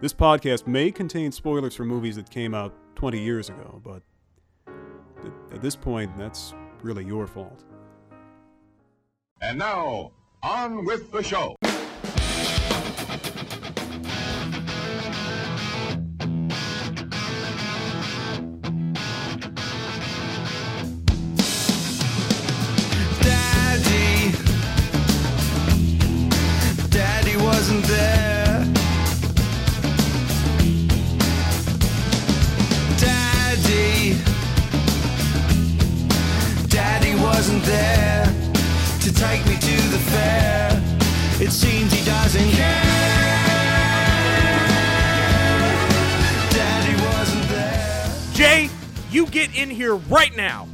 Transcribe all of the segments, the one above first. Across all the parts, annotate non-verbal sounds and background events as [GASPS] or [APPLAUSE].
this podcast may contain spoilers for movies that came out 20 years ago, but at- at this point, that's really your fault. And now, on with the show. Daddy. Daddy wasn't there. Daddy. Daddy wasn't there to take me to the fair. It seems he doesn't care. Daddy wasn't there. Jay, you get in here right now.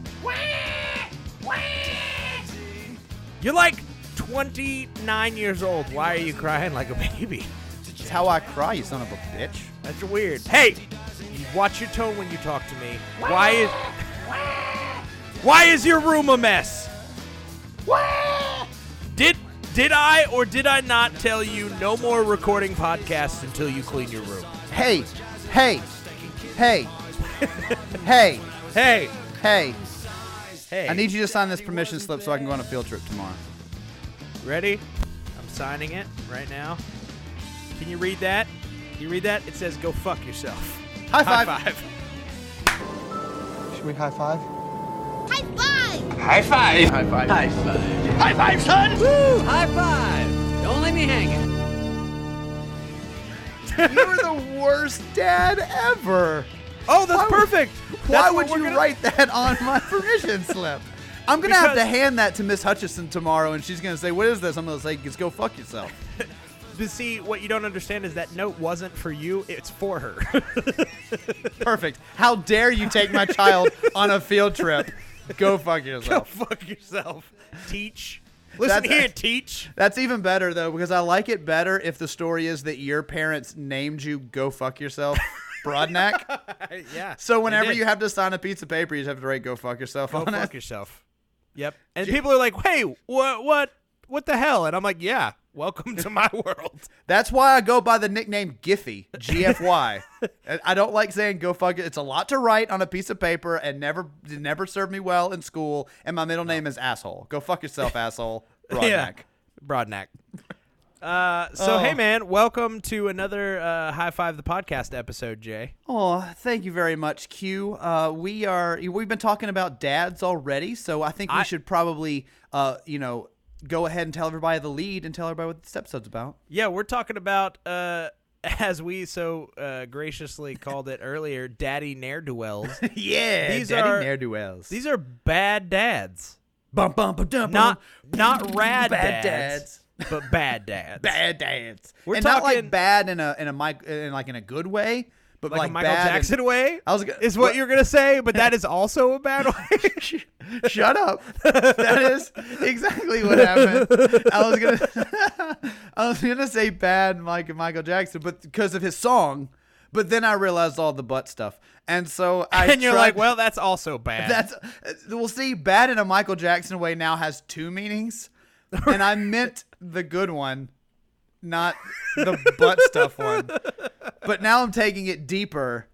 You're like 29 years old. Why are you crying like a baby? [LAUGHS] It's how I cry, you son of a bitch. That's weird. Hey, you watch your tone when you talk to me. Why is Why is your room a mess? Did did I or did I not tell you no more recording podcasts until you clean your room? Hey, hey, hey, hey, Hey, hey. hey. I need you to sign this permission slip so I can go on a field trip tomorrow. Ready? I'm signing it right now. Can you read that? Can you read that? It says go fuck yourself. High five. High five. High five! You're the worst dad ever. Oh, that's Why would- perfect. Why That's would what we're you gonna- write that on my permission slip? I'm gonna have to Because- hand that to Miss Hutchison tomorrow, and she's gonna say, "What is this?" I'm gonna say, "Just go fuck yourself." But see, what you don't understand is that note wasn't for you. It's for her. [LAUGHS] Perfect. How dare you take my child on a field trip? Go fuck go yourself. fuck yourself. Teach. Listen That's- here, teach. That's even better though, because I like it better if the story is that your parents named you "Go fuck yourself," [LAUGHS] Broadneck. Yeah. So whenever did. you have to sign a piece of paper, you just have to write "Go fuck yourself" go on fuck it. yourself. Yep. And people are like, "Hey, what, what, what the hell?" And I'm like, "Yeah, welcome to my [LAUGHS] world." That's why I go by the nickname Giphy, GFY. And I don't like saying "Go fuck." It. It's a lot to write on a piece of paper, and never it never served me well in school. And my middle name is asshole. Go fuck [LAUGHS] yourself, asshole. Broadneck. Broadneck. Uh, so Oh. hey man, welcome to another uh, High Five the podcast episode, Jay. Oh, thank you very much, Q. Uh, we are we've been talking about dads already, so I think we I- should probably, uh, you know, go ahead and tell everybody the lead and tell everybody what this [LAUGHS] episode's about. Yeah, we're talking about uh, [LAUGHS] as we so uh, graciously called it earlier, daddy ne'er [LAUGHS] duels. yeah, These daddy are- duels. These are bad [LAUGHS] dads, bum bum ba dum not bum. not rad Bad dads, but bad dads. [LAUGHS] bad dads. We're and not talking- like bad in a in a mic in like in a good way, but Like, like a Michael bad in- Jackson way I was go- is what but- you're gonna say, but [LAUGHS] that is also a bad way. Shut up. That is exactly what happened. I was gonna, [LAUGHS] I was gonna say bad Mike Michael Jackson, but because of his song, but then I realized all the butt stuff, and so [LAUGHS] I and you're tried- like, well, that's also bad. [LAUGHS] that's uh, we'll see. Bad in a Michael Jackson way now has [LAUGHS] two meanings, and I meant the good one, not the butt stuff one. But now I'm taking it deeper,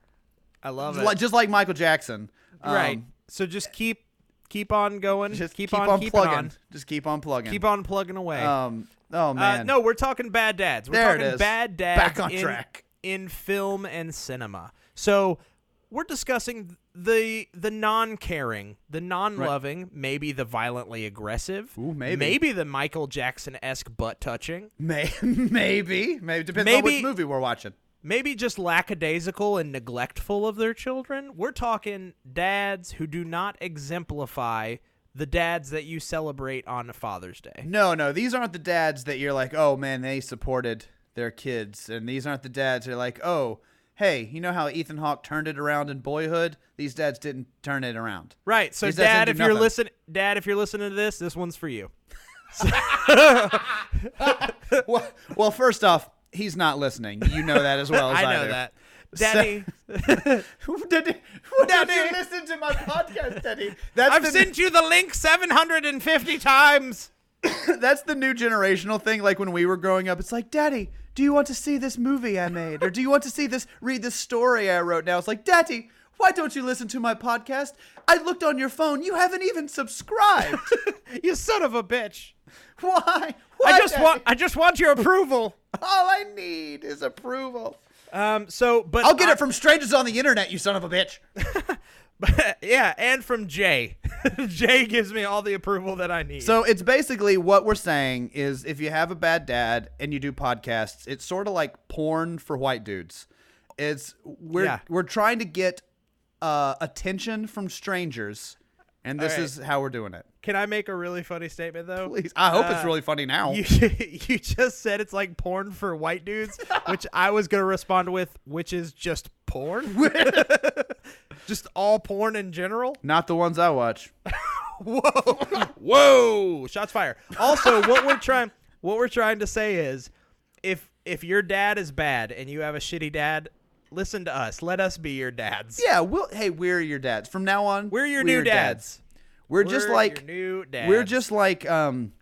I love it. li- just like Michael Jackson. Um, right. so just keep keep on going. Just keep, keep, on, on, keeping plugging. on. Just keep on plugging. Keep on plugging away. Um. Oh man. Uh, no, we're talking bad dads. We're There it talking is. bad dads Back on in, track. in film and cinema. So we're discussing the the non-caring, the non-loving, maybe the violently aggressive, Ooh, maybe. the Michael Jackson-esque butt touching, [LAUGHS] May- maybe. Maybe depends on Maybe- which movie we're watching. maybe just lackadaisical and neglectful of their children. We're talking dads who do not exemplify the dads that you celebrate on Father's Day. No, no. These aren't the dads that you're like, oh man, they supported their kids, and these aren't the dads that are like, oh. hey, you know how Ethan Hawke turned it around in Boyhood? These dads didn't turn it around. Right. So These dads dad, didn't if do you're nothing. listen, dad, if you're listening to this, this one's for you. well, well, first off, he's not listening. You know that [LAUGHS] as well as I know do. [LAUGHS] that. Daddy, Daddy, what Daddy. did you listen to my podcast, Daddy? That's I've the, sent you the link 750 times. that's the new generational thing. Like when we were growing up, it's like, Daddy, do you want to see this movie I made, or do you want to see this read this story I wrote? Now it's like, Daddy, why don't you listen to my podcast? I looked on your phone. You haven't even [LAUGHS] subscribed. You son of a bitch. why? Why? I just Daddy? want I just want your approval. All I need is approval. Um so but I'll get I- it from strangers on the internet. You son of a bitch. [LAUGHS] yeah, and from Jay. [LAUGHS] Jay gives me all the approval that I need. So it's basically what we're saying is if you have a bad dad and you do podcasts, it's sort of like porn for white dudes. It's we're Yeah. we're trying to get uh, attention from strangers, and this Alright. is how we're doing it. can I make a really funny statement though? Please, I hope it's really funny [LAUGHS] Uh, now. You, you just said it's like porn for white [LAUGHS] dudes, which I was going to respond with, which is just [LAUGHS] porn. [LAUGHS] just all porn in general. Not the ones I watch. Whoa! Shots fired. Also, what we're trying what we're trying to say is if if your dad is bad and you have a shitty dad, listen to us. Let us be your dads. Yeah, we'll. Hey, we're your dads from now on. We're your new dads. We're, just We're like your new dads. we're just like um,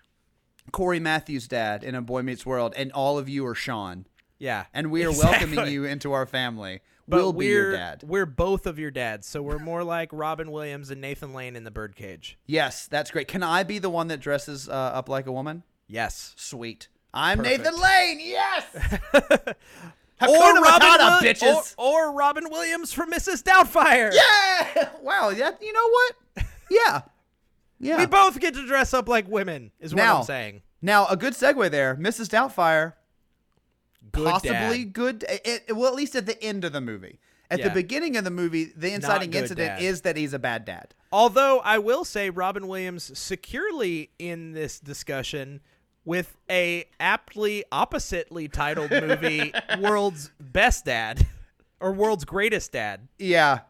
Corey Matthews' dad in A Boy Meets World, and all of you are Sean. yeah. and we are welcoming Exactly. you into our family. But we'll be your we're- dad. We're both of your dads, so we're more like Robin Williams and Nathan Lane in the Birdcage. Yes, that's great. Can I be the one that dresses uh, up like a woman? Yes. Sweet. I'm Perfect. Nathan [LAUGHS] Lane. Yes. Or Hakuna Matata, Wil- bitches. Or, or Robin Williams from Mrs. Doubtfire. [LAUGHS] yeah. Wow. That. You [LAUGHS] know what? Yeah. Yeah. We both get to dress up like women, is what Now- I'm saying. now a good segue there, Mrs. Doubtfire. Good possibly dad. good. It, it- well, at least at the end of the movie. At Yeah. the beginning of the movie, the inciting good incident dad. is that he's a bad dad. Although I will say Robin Williams securely in this discussion with a aptly oppositely titled [LAUGHS] movie, World's Best Dad or World's Greatest Dad. Yeah.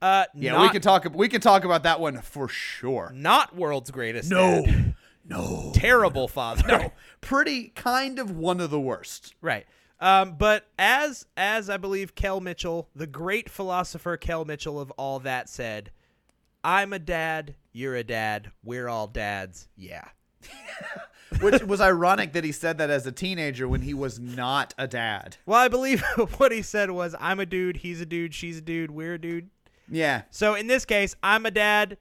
Uh, Yeah. not, we could talk. We could talk about that one for sure. Not World's Greatest no. Dad. No. Terrible father. Pretty kind of one of the worst. Right. Um, but as as I believe Kel Mitchell, the great philosopher Kel Mitchell of all that said, I'm a dad, you're a dad, we're all dads. Yeah. [LAUGHS] Which was ironic that he said that as a teenager when he was not a dad. Well, I believe [LAUGHS] what he said was I'm a dude, he's a dude, she's a dude, we're a dude. Yeah. So in this case, I'm a dad,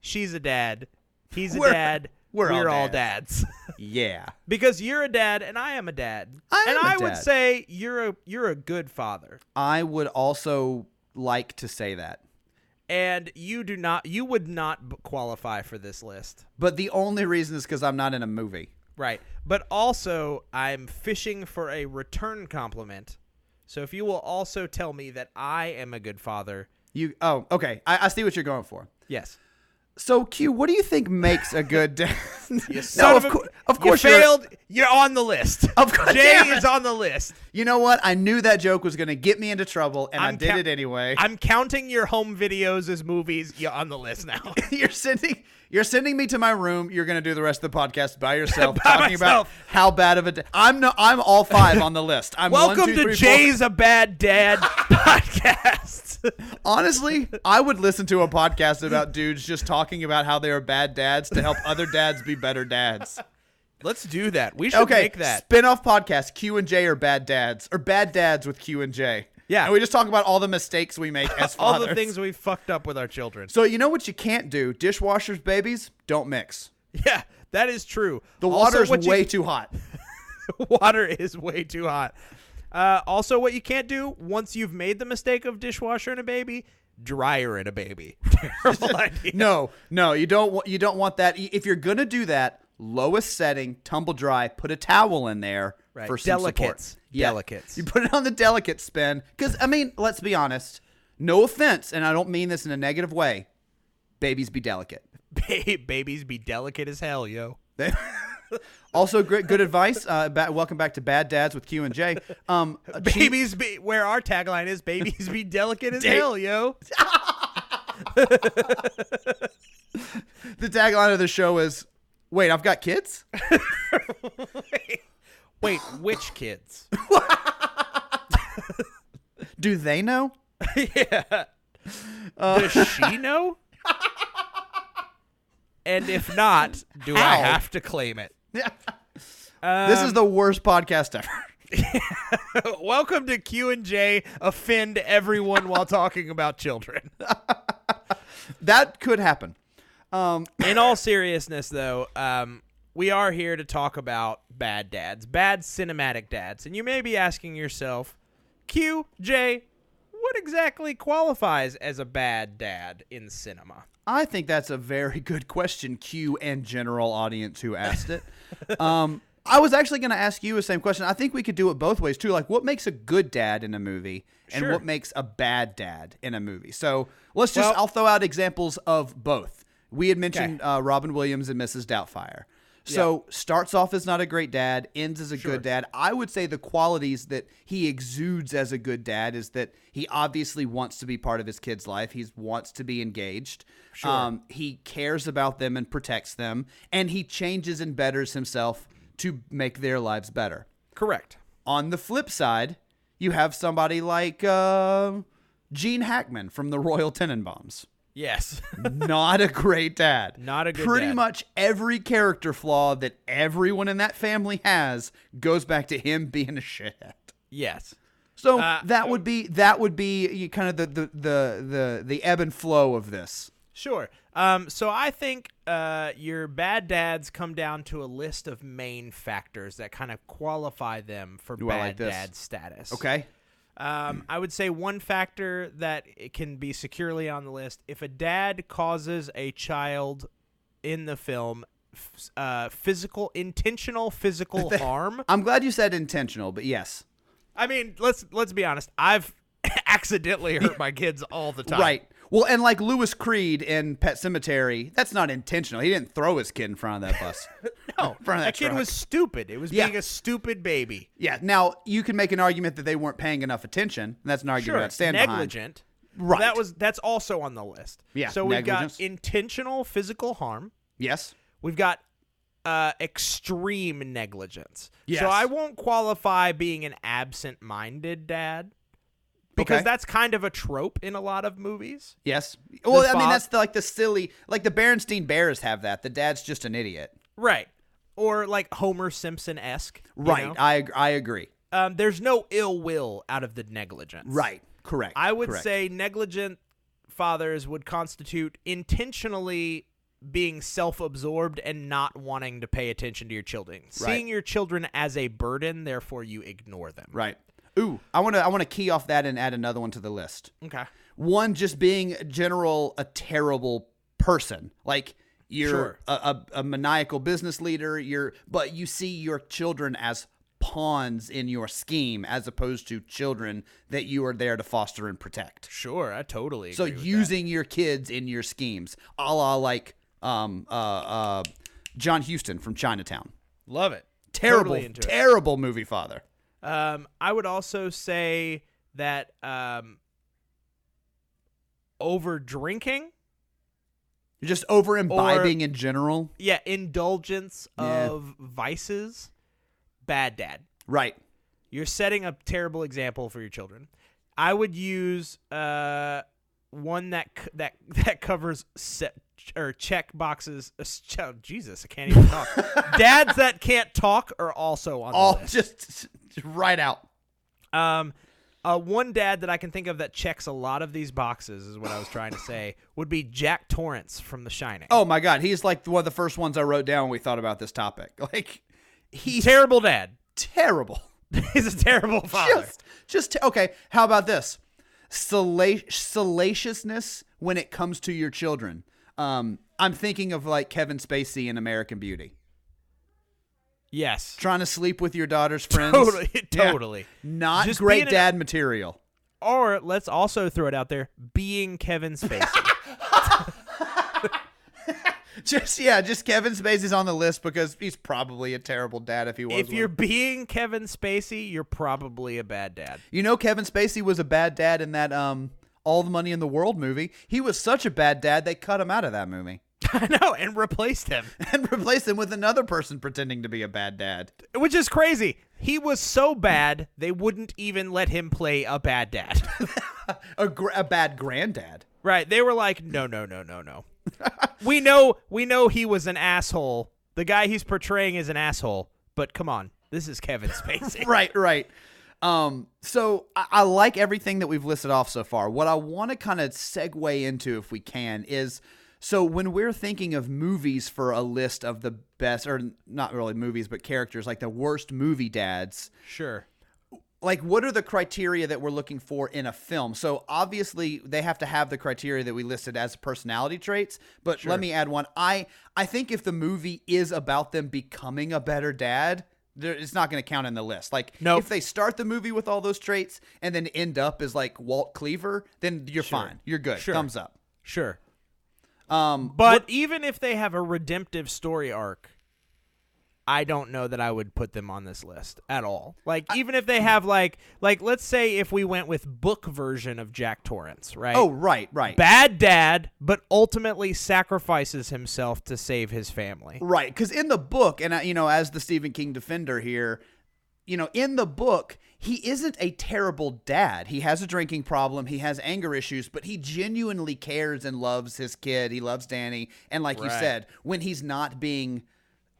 she's a dad, he's a We're- dad, we're all dads. Yeah. because you're a dad and I am a dad. I and am a I would dad. say you're a you're a good father. I would also like to say that. and you do not you would not b- qualify for this list But the only reason is because I'm not in a movie. right but also i'm fishing for a return compliment so if you will also tell me that i am a good father You oh, okay. I, I see what you're going for. yes So Q, what do you think makes a good [LAUGHS] dad? Son no, of, a- cour- of course you you're- failed you're on the list Of course- jay damn it. is on the list You know what? I knew that joke was gonna get me into trouble and i I'm did ca- it anyway. i'm counting your home videos as movies you're on the list now [LAUGHS] you're sending you're sending me to my room. You're gonna do the rest of the podcast by yourself, [LAUGHS] By talking myself. about how bad of a. da- I'm no, I'm all five on the list. I'm one, welcome two, to three, four. jay's a bad [LAUGHS] dad podcast Honestly, I would listen to a podcast about dudes just talking about how they are bad dads to help other dads be better dads. let's do that we [LAUGHS] should Okay, make that spin-off podcast. Q and J are bad dads, or bad dads with Q and J. Yeah. and we just talk about all the mistakes we make as [LAUGHS] all fathers. the things we fucked up with our children So you know what you can't do? Dishwashers, babies, don't mix. [LAUGHS] Yeah, that is true. The Also, water's what you- way too hot. [LAUGHS] water is way too hot. Uh, also, what you can't do once you've made the mistake of dishwasher and a baby, dryer and a baby. [LAUGHS] Terrible idea. [LAUGHS] [LAUGHS] No, no, you don't. wa- You don't want that. If you're gonna do that, lowest setting, tumble dry. Put a towel in there Right. for some support. Delicates. Yeah. Delicates. You put it on the delicate spin because I mean, let's be honest. No offense, and I don't mean this in a negative way. Babies be delicate. Ba- babies be delicate as hell, yo. They, also, great good advice. Uh, ba- welcome back to Bad Dads with Q and J. [LAUGHS] Um, a cheap- babies be where our tagline is babies be delicate as hell, yo. the tagline of the show is, "Wait, I've got kids." [LAUGHS] Wait, which kids? Do they know? [LAUGHS] yeah. Does she know? and if not, do I How? have to claim it? this Um, is the worst podcast ever. [LAUGHS] [LAUGHS] Welcome to Q and J. Offend everyone while talking about children. [LAUGHS] that could happen. Um, In all seriousness, though, um, we are here to talk about bad dads, bad cinematic dads, and you may be asking yourself, Q J, what exactly qualifies as a bad dad in cinema? I think that's a very [LAUGHS] good question, Q and general audience who asked it. um, I was actually going to ask you the same question. I think we could do it both ways too. Like, what makes a good dad in a movie, and Sure. what makes a bad dad in a movie? So let's just. Well- I'll throw out examples of both. We had mentioned uh, Robin Williams and Mrs. Doubtfire. So starts off as not a great dad, ends as a good dad. I would say the qualities that he exudes as a good dad is that he obviously wants to be part of his kid's life. He wants to be engaged. Sure. Um, he cares about them and protects them, and he changes and betters himself to make their lives better. Correct. On the flip side, you have somebody like uh, Gene Hackman from the Royal Tenenbaums Yes. [LAUGHS] not a great dad. Not a good Pretty dad. much every character flaw that everyone in that family has goes back to him being a shithead. yes. So Uh, that would be that would be uh, you- kind of the the, the the the ebb and flow of this. Sure. Um, so I think uh, your bad dads come down to a list of main factors that kind of qualify them for I bad like this. dad status. Okay. Um, I would say one factor that it can be securely on the list if a dad causes a child in the film f- uh, physical, intentional [LAUGHS] physical harm. I'm glad you said intentional, but yes. I mean, let's let's be honest. I've [LAUGHS] accidentally hurt my kids all the time. Right. Well, and like Lewis Creed in Pet Cemetery, that's not intentional. He didn't throw his kid in front of [LAUGHS] that bus. No, front of that that kid truck. was stupid. It was Yeah. being a stupid baby. yeah. Now you can make an argument that they weren't paying enough attention. And that's an argument I'd stand behind. negligent. Right. That was that's also on the list. Yeah, So we've negligence. got intentional physical harm. Yes. We've got uh, extreme negligence. Yes. So I won't qualify being an absent-minded dad because Okay. that's kind of a trope in a lot of movies. Yes. Well, I mean fo- that's the, like the silly, like the Berenstein Bears have that. The dad's just an idiot. Right. Or like Homer Simpson-esque. you Right. know? I I agree. um, there's no ill will out of the negligence. Correct. I would Correct. say negligent fathers would constitute intentionally being self-absorbed and not wanting to pay attention to your children. Seeing your children as a burden, therefore you ignore them. Right. Ooh, I want to I want to key off that and add another one to the list. Okay. One just being general a terrible person. Like you're Sure. a, a, a maniacal business leader. You're but you see your children as pawns in your scheme as opposed to children that you are there to foster and protect. Sure, I totally So agree with using your kids in your schemes, a la like um, uh, uh, John Houston from Chinatown. that. love it. Terrible, Totally into it. terrible movie father. Um, I would also say that um, over drinking, Just over imbibing in general. yeah, indulgence Yeah. of vices, bad dad. Right. You're setting a terrible example for your children. I would use uh, one that c- that [LAUGHS] that covers set or check boxes. [LAUGHS] uh, s- ch- oh, Jesus, I can't even [LAUGHS] talk. Dads that can't talk are also on All [LAUGHS] the list. just right out. Um, uh, one dad that I can think of that checks a lot of these boxes is what I was trying to say would be Jack Torrance from The Shining. Oh my God. He's like one of the first ones I wrote down when we thought about this topic. [LAUGHS] Like, he's terrible dad. [LAUGHS] terrible. He's a terrible father. Just, just, te- okay. How about this? Sala- salaciousness when it comes to your children. Um, I'm thinking of like Kevin Spacey in American Beauty. yes, trying to sleep with your [LAUGHS] daughter's friends. totally, [LAUGHS] Yeah. totally. Not Just being great an- dad material. Or let's [LAUGHS] also throw it out there: being Kevin Spacey. just yeah, just Kevin Spacey's on the list because he's probably a terrible dad if he was. If one. you're being Kevin Spacey, you're probably a bad dad. You know, Kevin Spacey was a bad dad in that um All the Money in the World movie. He was such a bad dad they cut him out of that movie [LAUGHS] [LAUGHS] I know, and replaced him, and replaced him with another person pretending to be a bad dad. [LAUGHS] which is crazy. He was so bad they wouldn't even let him play a bad dad. [LAUGHS] A, gr- a bad granddad. right? They were like, no, no, no, no, [LAUGHS] no. we know, we know he was an asshole. The guy he's portraying is an asshole. But come on, this is [LAUGHS] Kevin Spacey. [LAUGHS] Right, right. Um, so I, I like everything that we've listed off so far. What I want to kind of segue into, if we can, is so when we're thinking of movies for a list of the best, or not really movies, but characters, like the worst movie dads, Sure. like what are the criteria that we're looking for in a film so obviously they have to have the criteria that we listed as personality traits but let me add one i i think if the movie is about them becoming a better dad there, it's not going to count in the list like Nope. if they start the movie with all those traits and then end up as like walt cleaver then you're fine you're good Sure. thumbs up Sure. um But even if they have a redemptive story arc, I don't know that I would put them on this list at all. Like even if they have like like let's say if we went with book version of Jack Torrance, right? oh right right bad dad, but ultimately sacrifices himself to save his family. Right, because in the book, and I, you know, as the Stephen King defender here, you know, in the book, he isn't a terrible dad. He has a drinking problem, he has anger issues, but he genuinely cares and loves his kid. He loves Danny, and like you Right. said, when he's not being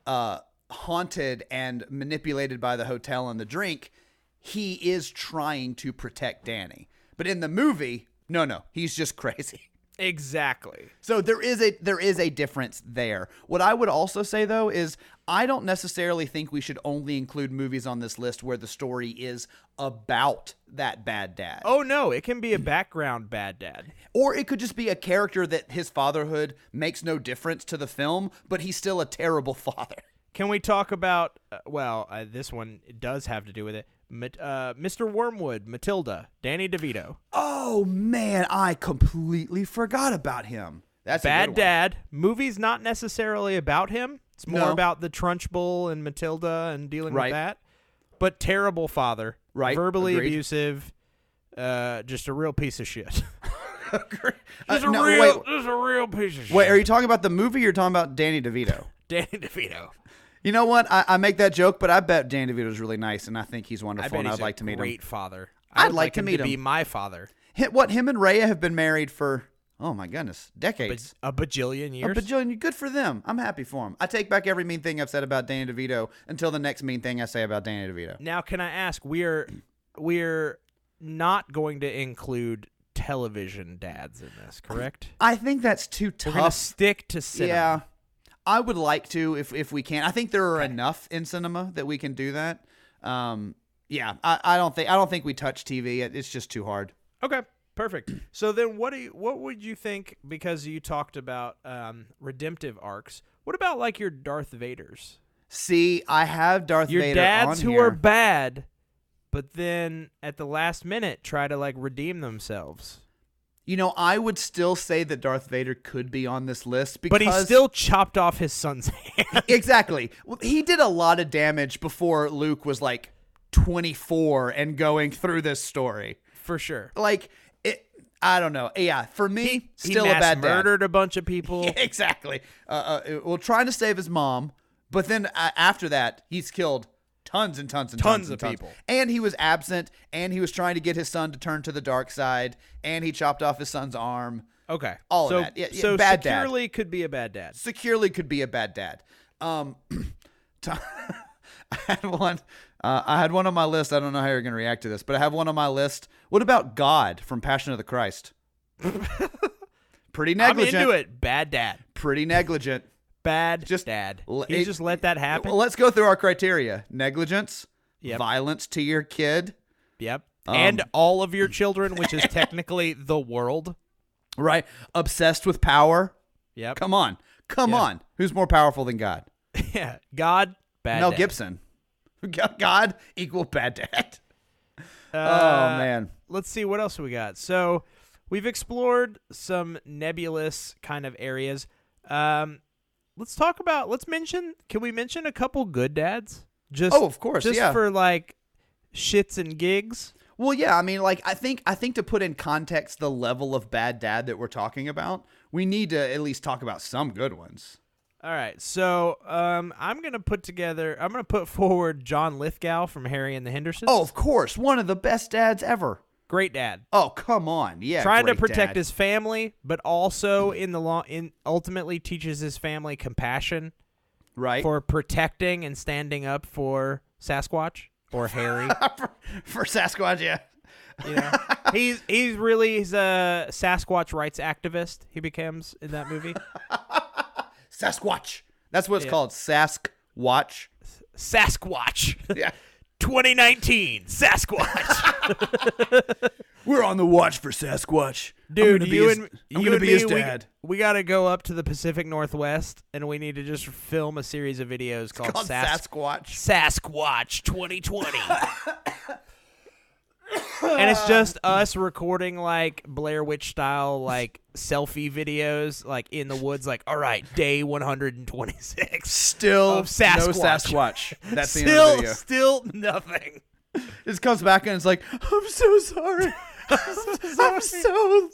uh, haunted and manipulated by the hotel and the drink, he is trying to protect Danny. But in the movie, no, no, he's just [LAUGHS] crazy. Exactly. So there is a there is a difference there. What I would also say though is I don't necessarily think we should only include movies on this list where the story is about that bad dad. Oh no, it can be a background bad dad. Or it could just be a character that his fatherhood makes no difference to the film, but he's still a terrible [LAUGHS] father. Can we talk about uh, well, uh, this one does have to do with it. Mat- uh, Mr. Wormwood, Matilda, Danny DeVito. Oh man, I completely forgot about him. That's a good Bad one. Dad. Movie's not necessarily about him. It's more No. about the Trunchbull and Matilda and dealing Right. with that. But terrible father. Right. Verbally Agreed. abusive. Uh, just a real piece of shit. [LAUGHS] Uh, Just a no, real, wait, just a real piece of wait, shit. are you talking about the movie or you're talking about Danny [LAUGHS] DeVito? [LAUGHS] Danny DeVito. You know what? I, I make that joke, but I bet Dan DeVito's really nice, and I think he's I wonderful, bet and he's I'd like to meet great him. father. I'd would like to him meet to be him. my father. Hi- What him and Raya have been married for? Oh my goodness, Ba- decades. a bajillion years. a bajillion. Good for them. I'm happy for him. I take back every mean thing I've said about Danny DeVito until the next mean thing I say about Danny DeVito. now, can I ask? We're we're not going to include television dads in this, correct? I think that's too We're gonna tough. stick to cinema. Yeah, I would like to if if we can. I think there are enough in cinema that we can do that. Um, yeah, I, I don't think I don't think we touch TV. It- It's just too hard. Okay, perfect. [CLEARS THROAT] So then, what do you, what would you think? Because you talked about um, redemptive arcs. What about like your Darth Vaders, See, I have Darth your Vader dads on who here. are bad, but then at the last minute try to like redeem themselves, You know, I would still say that Darth Vader could be on this list because but he still chopped off his son's [LAUGHS] hand. exactly. Well, he did a lot of damage before Luke was like 24 and going through this story. For sure, Like it, I don't know. Yeah, for me, still he a mass bad dad. murdered a bunch of people. [LAUGHS] Exactly. Uh, uh, well, trying to save his mom, but then uh, after that, he's killed tons and tons and Tons tons, and of tons. people. And he was absent, and he was trying to get his son to turn to the dark side, and he chopped off his son's arm. Okay, All of so, that. Yeah, yeah, so bad dad. securely could be a bad dad. securely could be a bad dad. Um, [CLEARS THROAT] Tom, [LAUGHS] I had one. Uh, I had one on my list. I don't know how you're going to react to this, but I have one on my list. What about God from Passion of [LAUGHS] the Christ? Pretty negligent. I'm into it. Bad dad. Pretty negligent. Bad Just dad. l- he it- just let that happen. Well, let's go through our criteria: negligence, Yep. violence to your kid, Yep. and Um, all of your children, which is [LAUGHS] technically the world. right? Obsessed with power. Yep. Come on, come Yeah. on. Who's more powerful than God? [LAUGHS] Yeah. God, bad. Mel dad. Gibson. [LAUGHS] God equal bad dad. oh Uh, man. Let's see what else we got. So we've explored some nebulous kind of areas. Um, let's talk about let's mention can we mention a couple good dads? Just Oh, of course, just yeah. for like shits and gigs. Well, yeah, I mean, like I think I think to put in context the level of bad dad that we're talking about, we need to at least talk about some good ones. All right, so um, I'm gonna put together. I'm gonna put forward John Lithgow from Harry and the Hendersons. Oh, of course, one of the best dads ever. great dad, Oh, come on, yeah, trying to great protect dad. his family, but also in the long, in ultimately teaches his family compassion right for protecting and standing up for Sasquatch or Harry. for, for Sasquatch. Yeah, You [LAUGHS] know, he's he's really he's a Sasquatch rights activist. He becomes in that movie Sasquatch. That's what it's Yeah. called, Sasquatch. Sasquatch. Yeah, 2019 [LAUGHS] Sasquatch. we're on the watch for Sasquatch, Dude, you and I'm you gonna and be me, his we- dad. We, got to go up to the Pacific Northwest and we need to just film a series of videos called, called Sas- Sasquatch. Sasquatch [LAUGHS] 2020. and it's just us recording like Blair Witch style like selfie videos like in the woods like all right, day 126. Still Of Sasquatch. no Sasquatch. [LAUGHS] That's the end of the still video. still nothing. [LAUGHS] It comes back and it's like, I'm so sorry. [LAUGHS] I'm so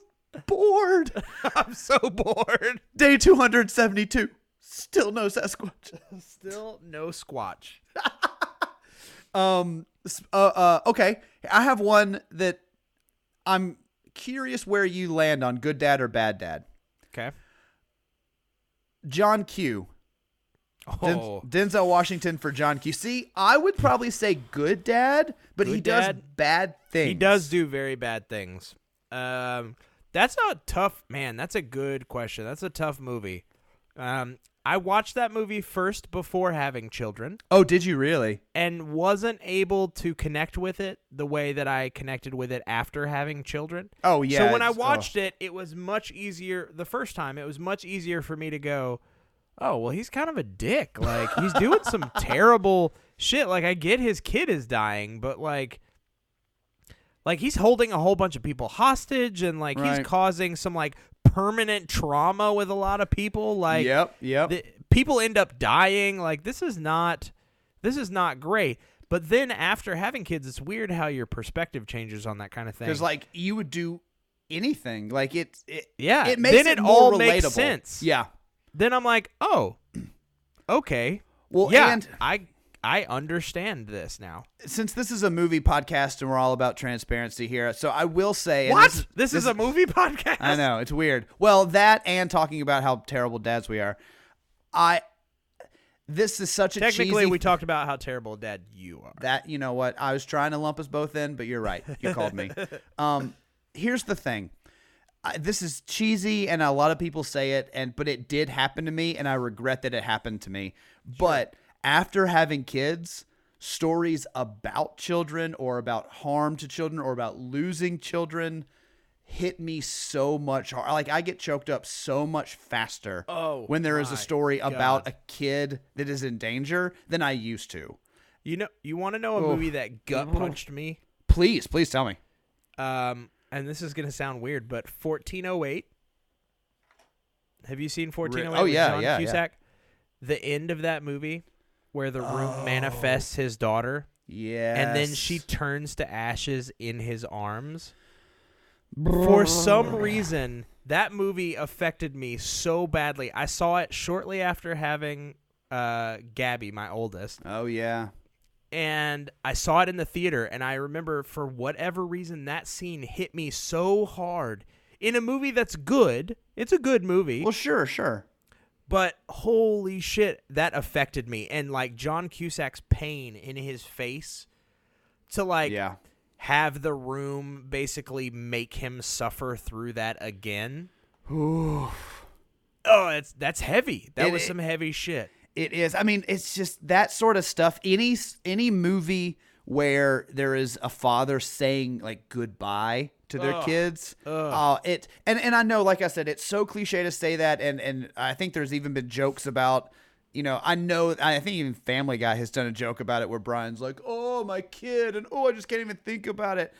bored. [LAUGHS] I'm so bored. Day 272. Still no Sasquatch. [LAUGHS] Still no squatch. Um. s- Uh, uh. Okay. I have one that I'm curious where you land on good dad or bad dad. Okay. John Q. Den- Oh. Denzel Washington for John Q. See, I would probably say good dad, but he Good does dad. bad things. He does do very bad things. Um, that's a tough man. That's a good question. That's a tough movie. Um, I watched that movie first before having children Oh, did you really? and wasn't able to connect with it the way that I connected with it after having children. Oh, yeah, So when I it's- oh. watched it, it was much easier the first time. It was much easier for me to go, "Oh, well, he's kind of a dick. Like [LAUGHS] he's doing some terrible shit. Like I get his kid is dying, but like like he's holding a whole bunch of people hostage and like Right. he's causing some like permanent trauma with a lot of people like yep. Yep. the, people end up dying like this is not this is not great but then after having kids it's weird how your perspective changes on that kind of thing because like you would do anything like it, it Yeah, it makes then it, it more all makes relatable. sense. yeah then i'm like oh okay well yeah and i i understand this now since this is a movie podcast and we're all about transparency here so i will say and what this this, is a movie [LAUGHS] podcast i know it's weird well that and talking about how terrible dads we are i this is such a technically cheesy- we talked about how terrible a dad you are that you know what i was trying to lump us both in but you're right you [LAUGHS] called me um here's the thing I, this is cheesy and a lot of people say it and but it did happen to me and i regret that it happened to me but after having kids stories about children or about harm to children or about losing children hit me so much hard like i get choked up so much faster Oh, when there is a my story about a kid that is in danger than i used to you know you want to know a movie that gut punched me Please, please tell me. um and this is gonna sound weird but 1408 have you seen 1408 oh, with yeah, John yeah, yeah. Cusack? the end of that movie where the room Oh. manifests his daughter Yeah. and then she turns to ashes in his arms. For some reason, that movie affected me so badly. I saw it shortly after having uh, Gabby, my oldest, Oh yeah. and I saw it in the theater. And I remember, for whatever reason, that scene hit me so hard in a movie that's good. It's a good movie Well, sure, sure. but holy shit that affected me and like john cusack's pain in his face to like Yeah. have the room basically make him suffer through that again oh that's that's heavy that It- was it- some heavy shit It is. I mean, it's just that sort of stuff. Any any movie where there is a father saying like goodbye to their kids, uh, it and and I know, like I said, it's so cliche to say that, and and I think there's even been jokes about. You know, I know. I think even Family Guy has done a joke about it, where Brian's like, "Oh, my kid," and "Oh, I just can't even think about it."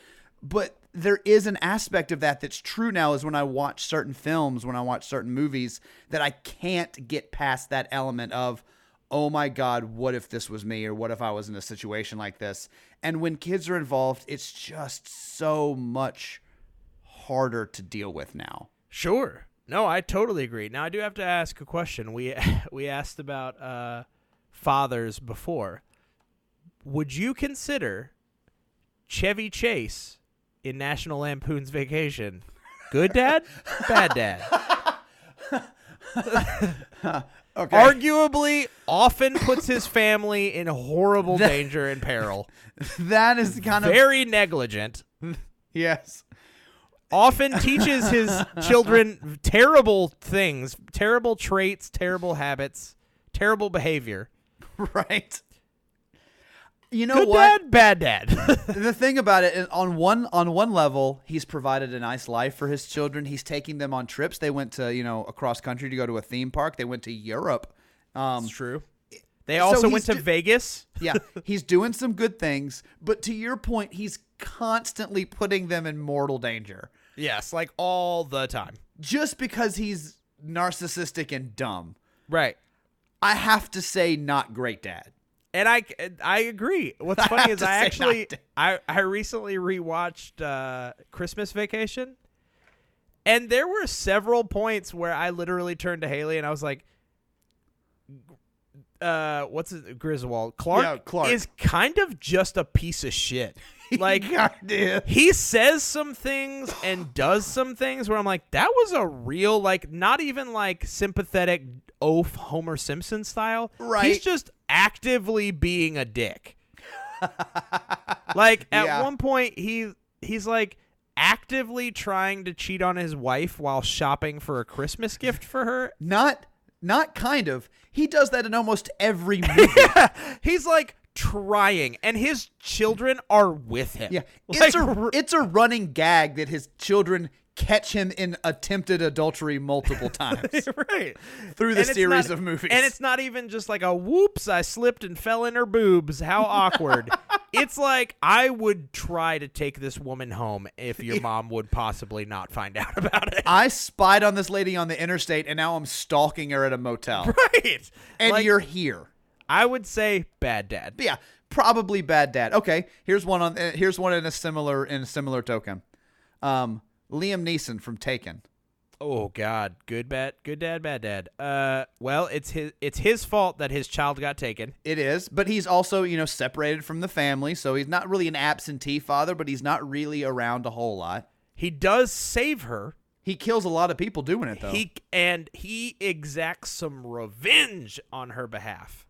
But there is an aspect of that that's true now is when I watch certain films, when I watch certain movies, that I can't get past that element of, oh my God, what if this was me or what if I was in a situation like this? And when kids are involved, it's just so much harder to deal with now. [LAUGHS] Sure. No, I totally agree. Now I do have to ask a question. We [LAUGHS] we asked about uh, fathers before. Would you consider Chevy Chase in National Lampoon's Vacation good dad, bad dad? Okay. Arguably, often puts his family in horrible danger and peril. that is kind of Very negligent. yes. [LAUGHS] often teaches [LAUGHS] his children terrible things, terrible traits, terrible habits, terrible behavior. Right. You know Good what? dad, bad dad. the thing about it is on one on one level he's provided a nice life for his children he's taking them on trips they went to you know across country to go to a theme park they went to europe um true. [LAUGHS] They So also he's went to do- Vegas. [LAUGHS] yeah he's doing some good things but to your point he's constantly putting them in mortal danger Yes, like all the time. just because he's narcissistic and dumb Right. i have to say not great [LAUGHS] dad And I, I agree. What's I have [LAUGHS] funny is to I say actually not to- I, I recently rewatched uh, Christmas Vacation, and there were several points where I literally turned to Haley and I was like, uh, "What's his, Griswold Clark? Yeah, Clark. is kind of just a piece of [LAUGHS] shit. Like God, dude. he says some things and does some things where I'm like, that was a real, like, not even like sympathetic oaf Homer Simpson style. He's Right. just actively being a dick. like at Yeah. one point he he's like actively trying to cheat on his wife while shopping for a Christmas gift for her. not not kind of he does that in almost every [LAUGHS] movie He's like trying and his children are with him. Yeah, [LAUGHS] Like, it's a it's a running gag that his children catch him in attempted adultery multiple times. [LAUGHS] right Through the And it's series not- of movies. and it's not even just like a whoops i slipped and fell in her boobs how awkward [LAUGHS] it's like i would try to take this woman home if your mom would possibly not find [LAUGHS] out about it I spied on this lady on the interstate, and now I'm stalking her at a motel. right And Like, you're here. i would say bad dad But yeah, probably bad dad. Okay, here's one on. uh, Here's one in a similar in a similar token. Um, Liam Neeson from Taken. oh god good bad good dad bad dad uh well it's his it's his fault that his child got taken It is, but he's also you know separated from the family, so he's not really an absentee father, but he's not really around a whole lot. he does save her He kills a lot of people doing it though. He and he exacts some revenge on her behalf.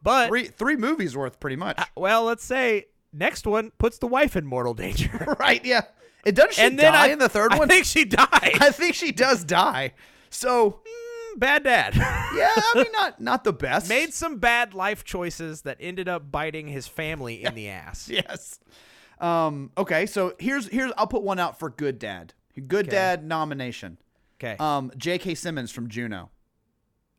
But three three movies worth pretty much. well, let's say next one puts the wife in mortal [LAUGHS] danger. [LAUGHS] right? Yeah. It does she and then die I, in the third I one? think she died. [LAUGHS] [LAUGHS] I think she does die. So Bad dad. [LAUGHS] yeah, I mean not not the best. Made some bad life choices that ended up biting his family in the [LAUGHS] ass. [LAUGHS] yes. Um. Okay. So here's here's I'll put one out for Good Dad. Good Dad nomination. Okay. Um. J.K. Simmons from Juno.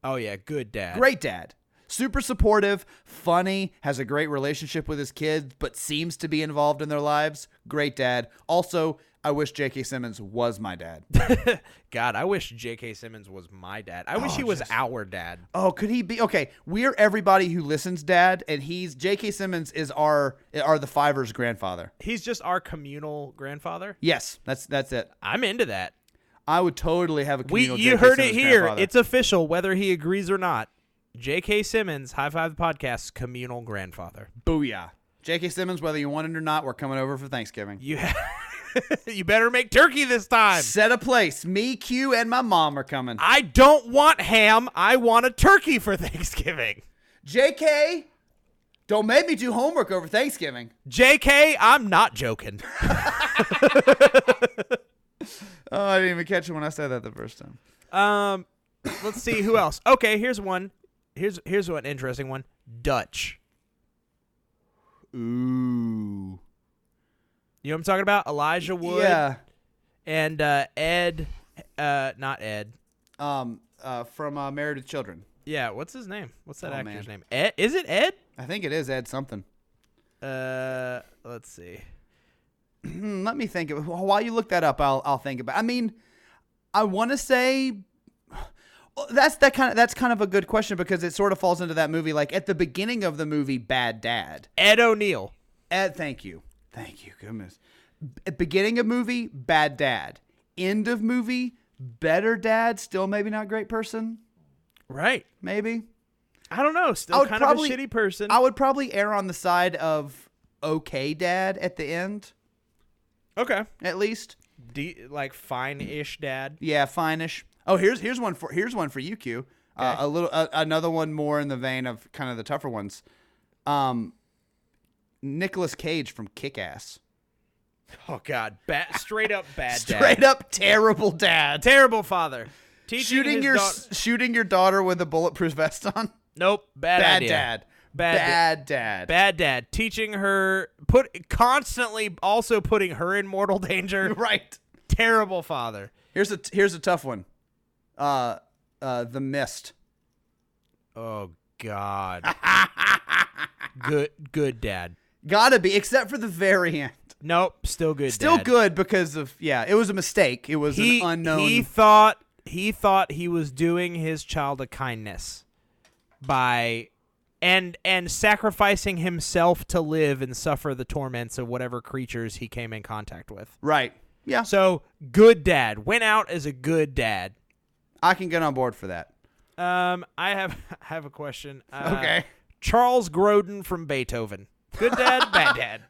oh yeah, good dad. Great dad. Super supportive, funny, has a great relationship with his kids, but seems to be involved in their lives. Great dad. Also, I wish J.K. Simmons was my dad. God, I wish J.K. Simmons was my dad. I wish he was our dad. Oh, could he be okay? We're everybody who listens, Dad, and he's J.K. Simmons is our are the Fivers' grandfather. He's just our communal grandfather. Yes, that's that's it. I'm into that. I would totally have a We communal. you J.K. heard it Simmons here. grandfather. It's official, whether he agrees or not. J.K. Simmons, High Five the Podcast's communal grandfather. booyah. J.K. Simmons, whether you want it or not, we're coming over for Thanksgiving. You [LAUGHS] you better make turkey this time. Set a place. Me, Q, and my mom are coming. I don't want ham. I want a turkey for [LAUGHS] Thanksgiving. J.K., don't make me do homework over Thanksgiving. J.K., I'm not joking. Oh, I didn't even catch it when I said that the first time. Um, let's see who else. Okay, here's one. Here's here's one interesting one. Dutch. Ooh. You know what I'm talking about? Elijah Wood Yeah. and uh, Ed. Uh, not Ed. Um. Uh. From uh, Married with Children. Yeah, what's his name? What's that Oh, actor's man. name? Ed? Is it Ed? I think it is Ed something. Uh, let's see. hmm, let me think. of- While you look that up, I'll I'll think about. I mean, I want to say well, that's that kind of that's kind of a good question because it sort of falls into that movie. Like at the beginning of the movie, Bad Dad. Ed O'Neill. At thank you, thank you, goodness. At beginning of movie, Bad Dad. End of movie, Better Dad. Still maybe not great person. Right. Maybe I don't know. Still kind of a shitty person. I would probably err on the side of okay dad at the end, okay. at least. D- like fine-ish dad. Yeah, fine-ish. Oh, here's here's one for here's one for you, Q. Uh, a little uh, another one more in the vein of kind of the tougher ones. Um, Nicholas Cage from Kick Ass. Oh God. Bad. Straight up [LAUGHS] bad dad. Straight up terrible dad. Terrible father. Teaching shooting his your daugh- s shooting your daughter with a bulletproof vest on. Nope. [LAUGHS] Bad, Bad idea. dad. Bad da- Bad dad. Bad dad. Teaching her. Put constantly also putting her in mortal danger. [LAUGHS] [LAUGHS] Right. Terrible father. Here's a here's a tough one. Uh, uh, The Mist. Oh [LAUGHS] God. good. Good dad. Gotta be, except for the very end. Nope. Still good. Still dad. good because of yeah, it was a mistake. It was He an unknown. he thought he thought he was doing his child a kindness by and and sacrificing himself to live and suffer the torments of whatever creatures he came in contact with. right. Yeah. So good dad went out as a good dad. I can get on board for that. Um, I have [LAUGHS] I have a question. Uh, Charles Grodin from Beethoven. Good dad, bad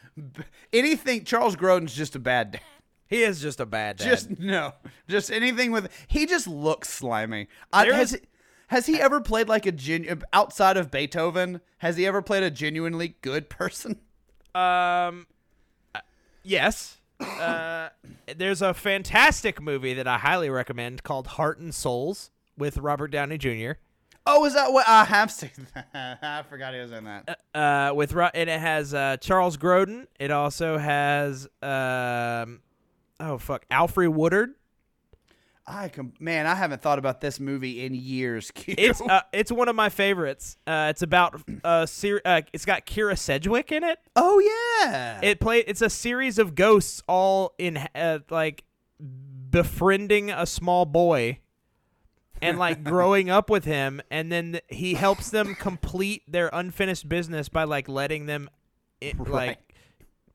[LAUGHS] dad. Anything Charles Grodin's just a bad dad. He is just a bad dad. Just no. Just anything with he just looks slimy. I, There has is- has he ever played like a genu- outside of Beethoven? Has he ever played a genuinely good person? [LAUGHS] Um, uh, yes. Uh, there's a fantastic movie that I highly recommend called Heart and Souls with Robert Downey Jr. Oh, is that what I have seen? [LAUGHS] That. I forgot he was in that. Uh, with Ro- and it has uh, Charles Grodin. It also has um, oh fuck, Alfred Woodard. I com- man, I haven't thought about this movie in years. [LAUGHS] Q. It's uh, it's one of my favorites. Uh, it's about uh, ser- uh, it's got Kira Sedgwick in it. oh yeah. It play it's a series of ghosts all in uh, like befriending a small boy and [LAUGHS] like growing up with him and then th- he helps them complete their unfinished business by like letting them [LAUGHS] it, like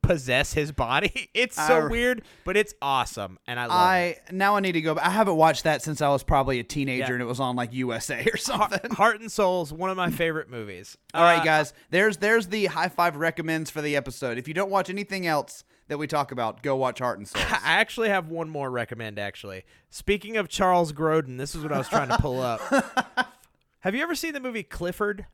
possess his body. [LAUGHS] It's so I- weird, but it's awesome and I love it. I now I need to go. back. I haven't watched that since I was probably a teenager, Yeah. and it was on like USA or [LAUGHS] something. Heart and Souls, one of my favorite movies. All right, Uh, guys. There's there's the high five recommends for the episode. If you don't watch anything else that we talk about, go watch Heart [GASPS] and Soul. I actually have one more recommend. Actually, speaking of Charles Grodin, this is what I was trying to pull [LAUGHS] up. have you ever seen the movie Clifford?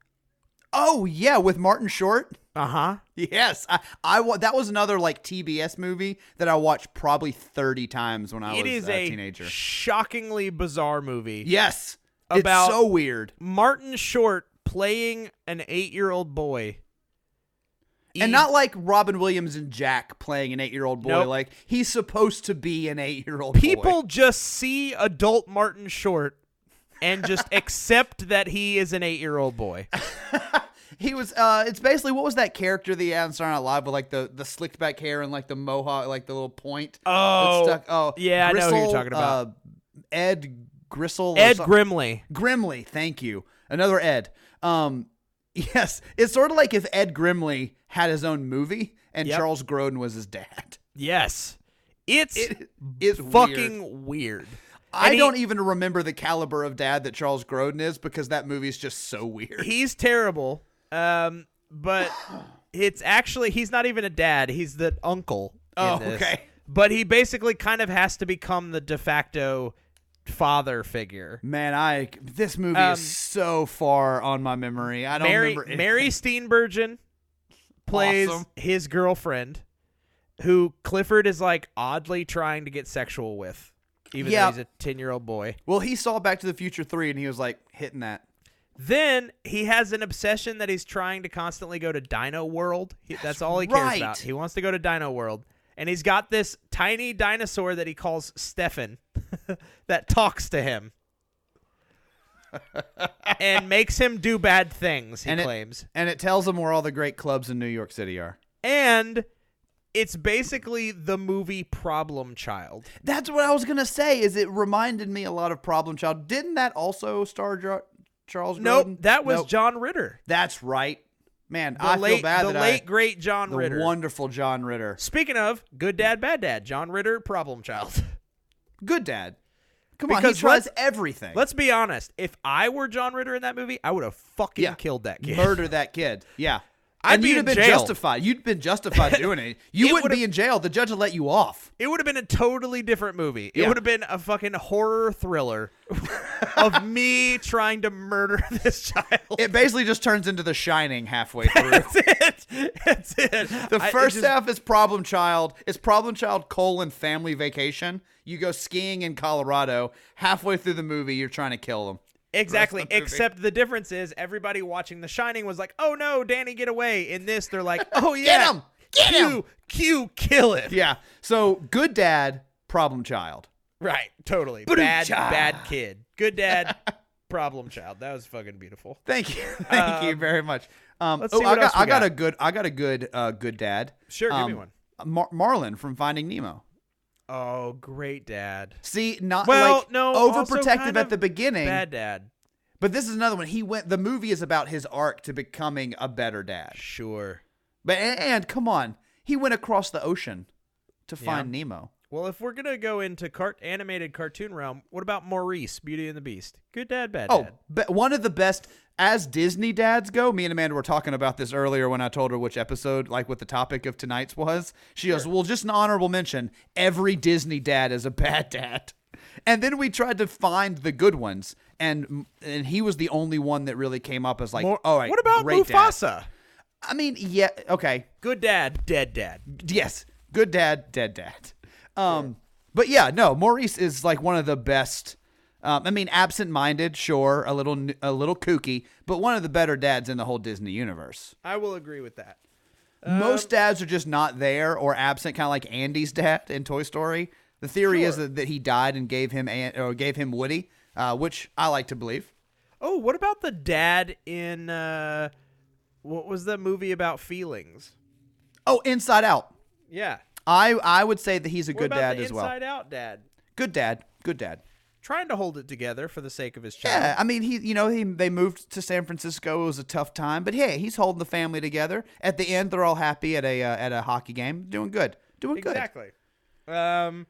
oh yeah, with Martin Short. Uh huh. [LAUGHS] Yes, I, I wa- that was another like TBS movie that I watched probably thirty times when I It was is a, a teenager. shockingly bizarre movie. yes, About- it's so weird. Martin Short playing an eight-year-old boy, And not like Robin Williams and Jack playing an eight-year-old boy. e Nope. Like he's supposed to be an eight-year-old. boy. people just see adult Martin Short and [LAUGHS] just accept that he is an eight-year-old boy. He was. Uh, it's basically what was that character the Adam Saturday Night Live with like the the slicked back hair and like the mohawk, like the little point. Oh, that stuck. oh, yeah, I know who you're talking about. Uh, Ed Gristle. or Ed some- Grimley. Grimley. Thank you. Another Ed. Um, [LAUGHS] yes, it's sort of like if Ed Grimley had his own movie and Yep. Charles Grodin was his dad. Yes, it's It is weird. fucking weird. I And he- don't even remember the caliber of dad that Charles Grodin is because that movie is just so weird. he's terrible. Um, but it's actually he's not even a dad. He's the uncle. in Oh, this. okay. But he basically kind of has to become the de facto father figure. Man, I this movie Um, is so far on my memory. I don't Mary remember. anything. Mary Steenburgen plays Awesome. his girlfriend, who Clifford is like oddly trying to get sexual with, even Yeah. though he's a ten year old boy. Well, he saw Back to the Future 3 and he was like hitting that. Then he has an obsession that he's trying to constantly go to Dino World. He, that's, all he cares right. about. He wants to go to Dino World. And he's got this tiny dinosaur that he calls Stefan [LAUGHS] that talks to [LAUGHS] him and makes him do bad things, he And it- claims. And it tells him where all the great clubs in New York City are. and it's basically the movie Problem Child. That's what I was gonna say. Is it reminded me a lot of Problem Child? Didn't that also star Jar- Charles? Grodin? Nope, that was Nope. John Ritter. That's right, man. The I late, feel bad the that late I, great John the Ritter. wonderful John Ritter, Speaking of good dad, bad dad, John Ritter, Problem Child. [LAUGHS] good dad. Come on, he Because tries let's- everything. [LAUGHS] Let's be honest. If I were John Ritter in that movie, I would have fucking Yeah. killed that kid. [LAUGHS] murder that kid. Yeah. I'd and be you'd in have been jail. justified. You'd been justified [LAUGHS] doing it. You It wouldn't would've- be in jail. The judge would let you off. It would have been a totally different movie. It Yeah. would have been a fucking horror [LAUGHS] thriller of me trying to murder [LAUGHS] this child. It basically just turns into The Shining [LAUGHS] halfway through. That's it. That's it. The I- it first just- half is Problem Child. It's Problem Child colon family vacation. You go skiing in Colorado. Halfway through the movie, you're trying to kill them. Exactly. movie. Except the difference is everybody watching The Shining was like, "Oh no, Danny, get away!" In this, they're [LAUGHS] like, "Oh yeah, him! Get Q, him!" Q, kill him!" Yeah. So good dad, Problem Child. Right. Totally. Bad, Ba-doom-cha. bad kid. Good [LAUGHS] dad. problem child. That was fucking beautiful. Thank you, [LAUGHS] thank you very much. Um, let's oh, see I what got, else we I got, got. a good, I got a good, uh, good dad. Um, Sure, give me one. Mar- Marlin from Finding Nemo. Oh, great dad. See, not Well, Uh, like no, also overprotective kind at of the beginning. Bad dad. But this is another one. He went. The movie is about his arc to becoming a better dad. Sure. But and, and come on, he went across the ocean to find Nemo. Well, if we're gonna go into cart animated cartoon realm, what about Maurice, Beauty and the Beast? Good dad, bad Oh, dad. but one of the best as Disney dads go. Me and Amanda were talking about this earlier when I told her which episode, like what the topic of tonight's was. She goes, "Well, just an honorable mention. Every Disney dad is a bad dad." And then we tried to find the good ones, and and he was the only one that really came up as like, Mor- "All right, what about great dad." Mufasa? I mean, yeah, okay, Good dad, dead dad. yes, good dad, dead dad. Um, but yeah, no, Maurice is like one of the best. Um, I mean, absent-minded, sure, a little, a little kooky, but one of the better dads in the whole Disney universe. I will agree with that. Um, Most dads are just not there or absent, kind of like Andy's dad in Toy Story. The theory is that, that he died and gave him An- or gave him Woody, uh, which I like to believe. Oh, what about the dad in uh what was the movie about feelings? Oh, Inside Out. Yeah. I I would say that he's a What good about dad the as well. Inside Out dad. Good dad, good dad. Trying to hold it together for the sake of his child. Yeah, I mean, he you know he they moved to San Francisco. It was a tough time, but hey, he's holding the family together. At the end, they're all happy at a uh, at a hockey game, doing good, doing Exactly. Um,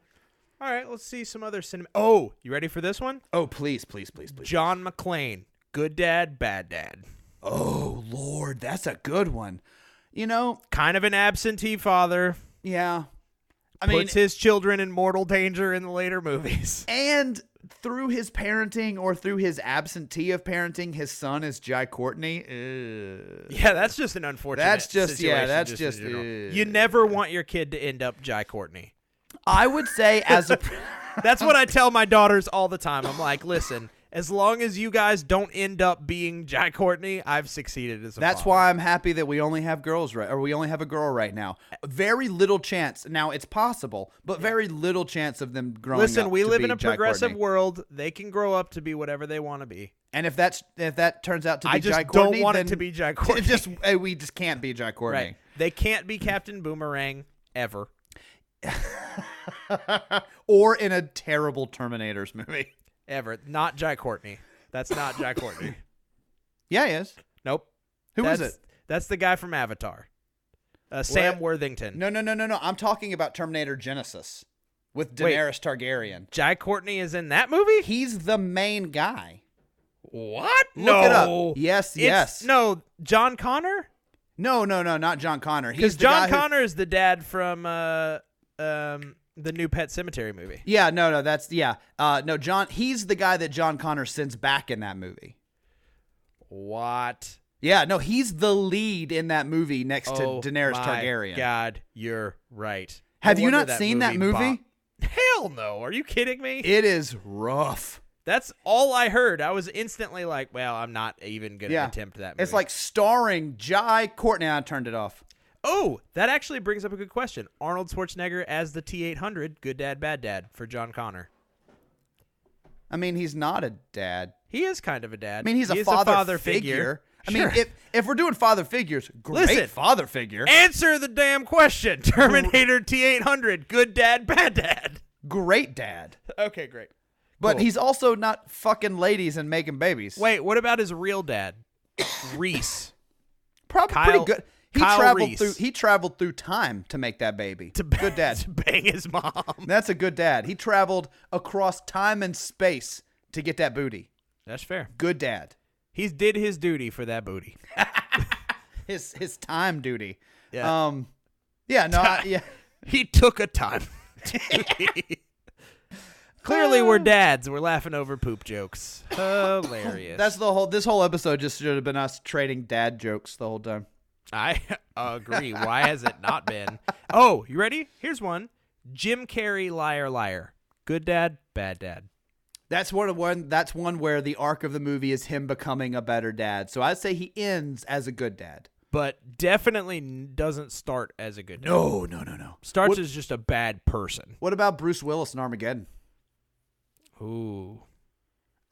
all right, let's see some other cinema. Oh, you ready for this one? good. Oh, please, please, please, please. John McClane, Good Dad, Bad Dad. Oh Lord, that's a good one. You know, Kind of an absentee father, yeah. I mean, puts his children in mortal danger in the later [LAUGHS] movies. [LAUGHS] and through his parenting or through his absentee of parenting, his son is Jai Courtney. Ugh. Yeah, that's just an unfortunate. That's just- yeah, situation, that's in just, general. uh, you never want your kid to end up Jai Courtney. I would say as [LAUGHS] a That's what I tell my daughters all the time. I'm like, listen, as long as you guys don't end up being Jai Courtney, I've succeeded as a. That's father. why I'm happy that we only have girls right or we only have a girl right now. Very little chance. Now it's possible, but very little chance of them growing Listen, up we to live be in a Jack progressive Courtney. world. They can grow up to be whatever they want to be. And if that's if that turns out to be I just Jack don't Courtney, want it then to be [LAUGHS] Jack Courtney. it just eh, we just can't be Jack Courtney. Right. They can't be Captain Boomerang ever. [LAUGHS] Or in a terrible Terminators movie. Ever. Not Jack Courtney. That's not Jack [LAUGHS] Courtney. Yeah, he is. Nope. Who is that's, it? That's the guy from Avatar. Uh, Sam Worthington. No, no, no, no, no. I'm talking about Terminator Genesis with Wait. Daenerys Targaryen. Jack Courtney is in that movie? He's the main guy. what? Look it up. no. Yes, It's- yes. No, John Connor? No, no, no, not John Connor. He's Because the guy John who- Connor is the dad from uh, um, the new Pet Cemetery movie. Yeah, no, no, that's yeah. Uh no, John he's the guy that John Connor sends back in that movie. What? Yeah, no, he's the lead in that movie next to Daenerys Oh my Targaryen. God, you're right. Have No you wonder not seen that [LAUGHS] movie? bo- Hell no. Are you kidding me? It is rough. That's all I heard. I was instantly like, well, I'm not even going to Yeah. attempt that movie. It's like starring Jai Courtney. I turned it off. oh, that actually brings up a good question. Arnold Schwarzenegger as the T800, good dad, bad dad for John Connor. I mean, he's not a dad. He is kind of a dad. I mean, he's a He is father, father figure. I mean, if if we're doing father figures, great Listen. father figure, Answer the damn question. Terminator T800, good dad, bad dad. [LAUGHS] great dad. Okay, great. But Cool. he's also not fucking ladies and making babies. Wait, what about his real [COUGHS] dad? Reese. probably Kyle- pretty good. He Kyle traveled Reese. through he traveled through time to make that baby. To ba- good [LAUGHS] dad. to bang his mom. That's a good dad. He traveled across time and space to get that booty. That's fair. Good dad. He's did his duty for that booty. His his time duty. Yeah. Um yeah, no, [LAUGHS] I, yeah. He took a [LAUGHS] time. duty. Clearly, Uh, we're dads. We're laughing over poop jokes. Hilarious. That's the whole this whole episode just should have been us trading dad jokes the whole time. I agree. Why has it not been? Oh, you ready? Here's one. Jim Carrey, liar, liar. Good dad, bad dad. That's one of one that's one where the arc of the movie is him becoming a better dad. So I'd say he ends as a good dad. But definitely n- doesn't start as a good dad. No, no, no, no. Starts as just a bad person. What about Bruce Willis in Armageddon? Ooh.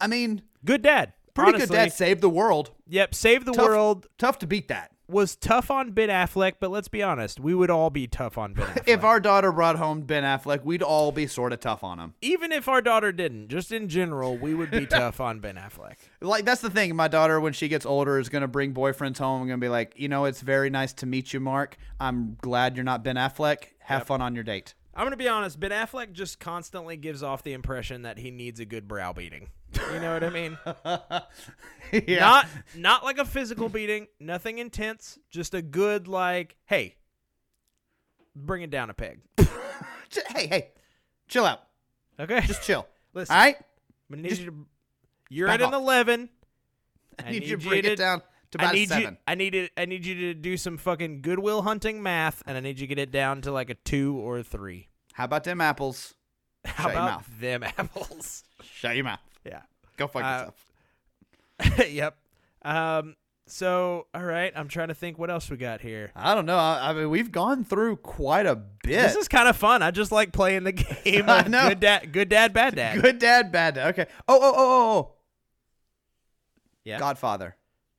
I mean, Good dad. pretty honestly. good dad saved the world. Yep. Save the Tough- world Tough to beat that. was tough on Ben Affleck, but let's be honest, we would all be tough on [LAUGHS] Ben Affleck. If our daughter brought home Ben Affleck, we'd all be sort of tough on him. Even if our daughter didn't, just in general, we would [LAUGHS] be tough on Ben Affleck. Like that's the thing. My daughter, when she gets older, is gonna bring boyfriends home. and gonna be like, you know, it's very nice to meet you, Mark. I'm glad you're not Ben Affleck. Have fun on your date. [LAUGHS] I'm gonna be honest. Ben Affleck just constantly gives off the impression that he needs a good brow beating. You know what I [LAUGHS] mean? yeah. Not not like a physical beating, nothing intense, just a good like, hey, bring it down a peg. J- hey, hey, chill out. Okay, Just chill. Listen. All right. I need just you to. You're back at an off. eleven. [LAUGHS] I [LAUGHS] need, you to break it down to I about need seven. you. I need it. I need you to do some fucking goodwill hunting math, and I need you to get it down to like a two or a three. [LAUGHS] How about them apples? How Shut your about mouth. them [LAUGHS] apples? Shut your mouth. [LAUGHS] Yeah. Go fuck Uh, yourself. yep. Um. So, all right. I'm trying to think what else we got here. I don't know. I, I mean, we've gone through quite a bit. This is kind of fun. I just like playing the [LAUGHS] game. [LAUGHS] I Of know. Good dad, good dad, bad dad. good dad, bad dad. Okay. Oh, oh, oh, oh, oh. Yeah. Godfather.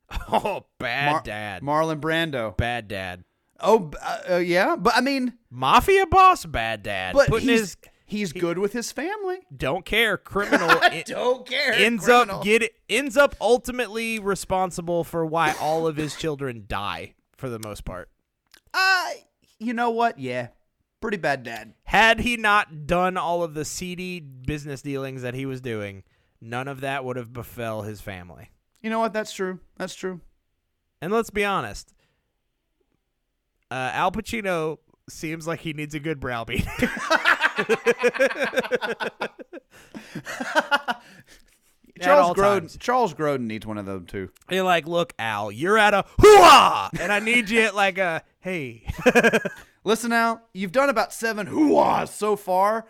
[LAUGHS] Oh, bad Mar- dad. Marlon Brando. bad dad. Oh, b- uh, uh, yeah. But I mean, Mafia boss, bad dad. but Putting he's, his he's good with his family. don't care [LAUGHS] criminal. I don't care, Ends criminal. up get ends up ultimately responsible for why all of his children die for the most part. Uh, you know what? Yeah. Pretty bad dad. Had he not done all of the seedy business dealings that he was doing, none of that would have befell his family. You know what? That's true. That's true. And let's be honest, uh, Al Pacino seems like he needs a good browbeat. [LAUGHS] Charles all Grodin. times. Charles Grodin needs one of them too. You're like, look, Al, you're at a hooah, and I need you at like a hey. [LAUGHS] Listen now, you've done about seven hoo so far.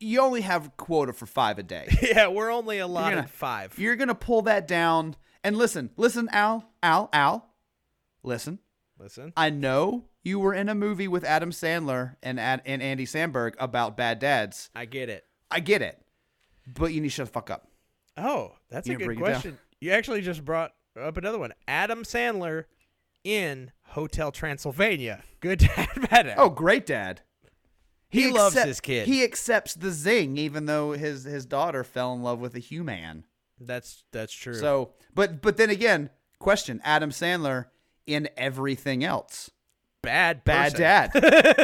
You only have quota for five [LAUGHS] a day. yeah, we're only allotted gonna- five. You're gonna pull that down and listen, listen, Al, Al, Al, listen. Listen, I know you were in a movie with Adam Sandler and Ad- and Andy Samberg about bad dads. I get it. I get it, but you need to shut the fuck up. Oh, that's You a didn't good break it down. question. You actually just brought up another one. Adam Sandler in Hotel Transylvania. Good [LAUGHS] dad, bad dad. Oh, great dad. he, loves accept- his kid. He accepts the zing, even though his his daughter fell in love with a human. that's that's true. So, but but then again, question: Adam Sandler in everything else, bad, bad person. [LAUGHS] dad,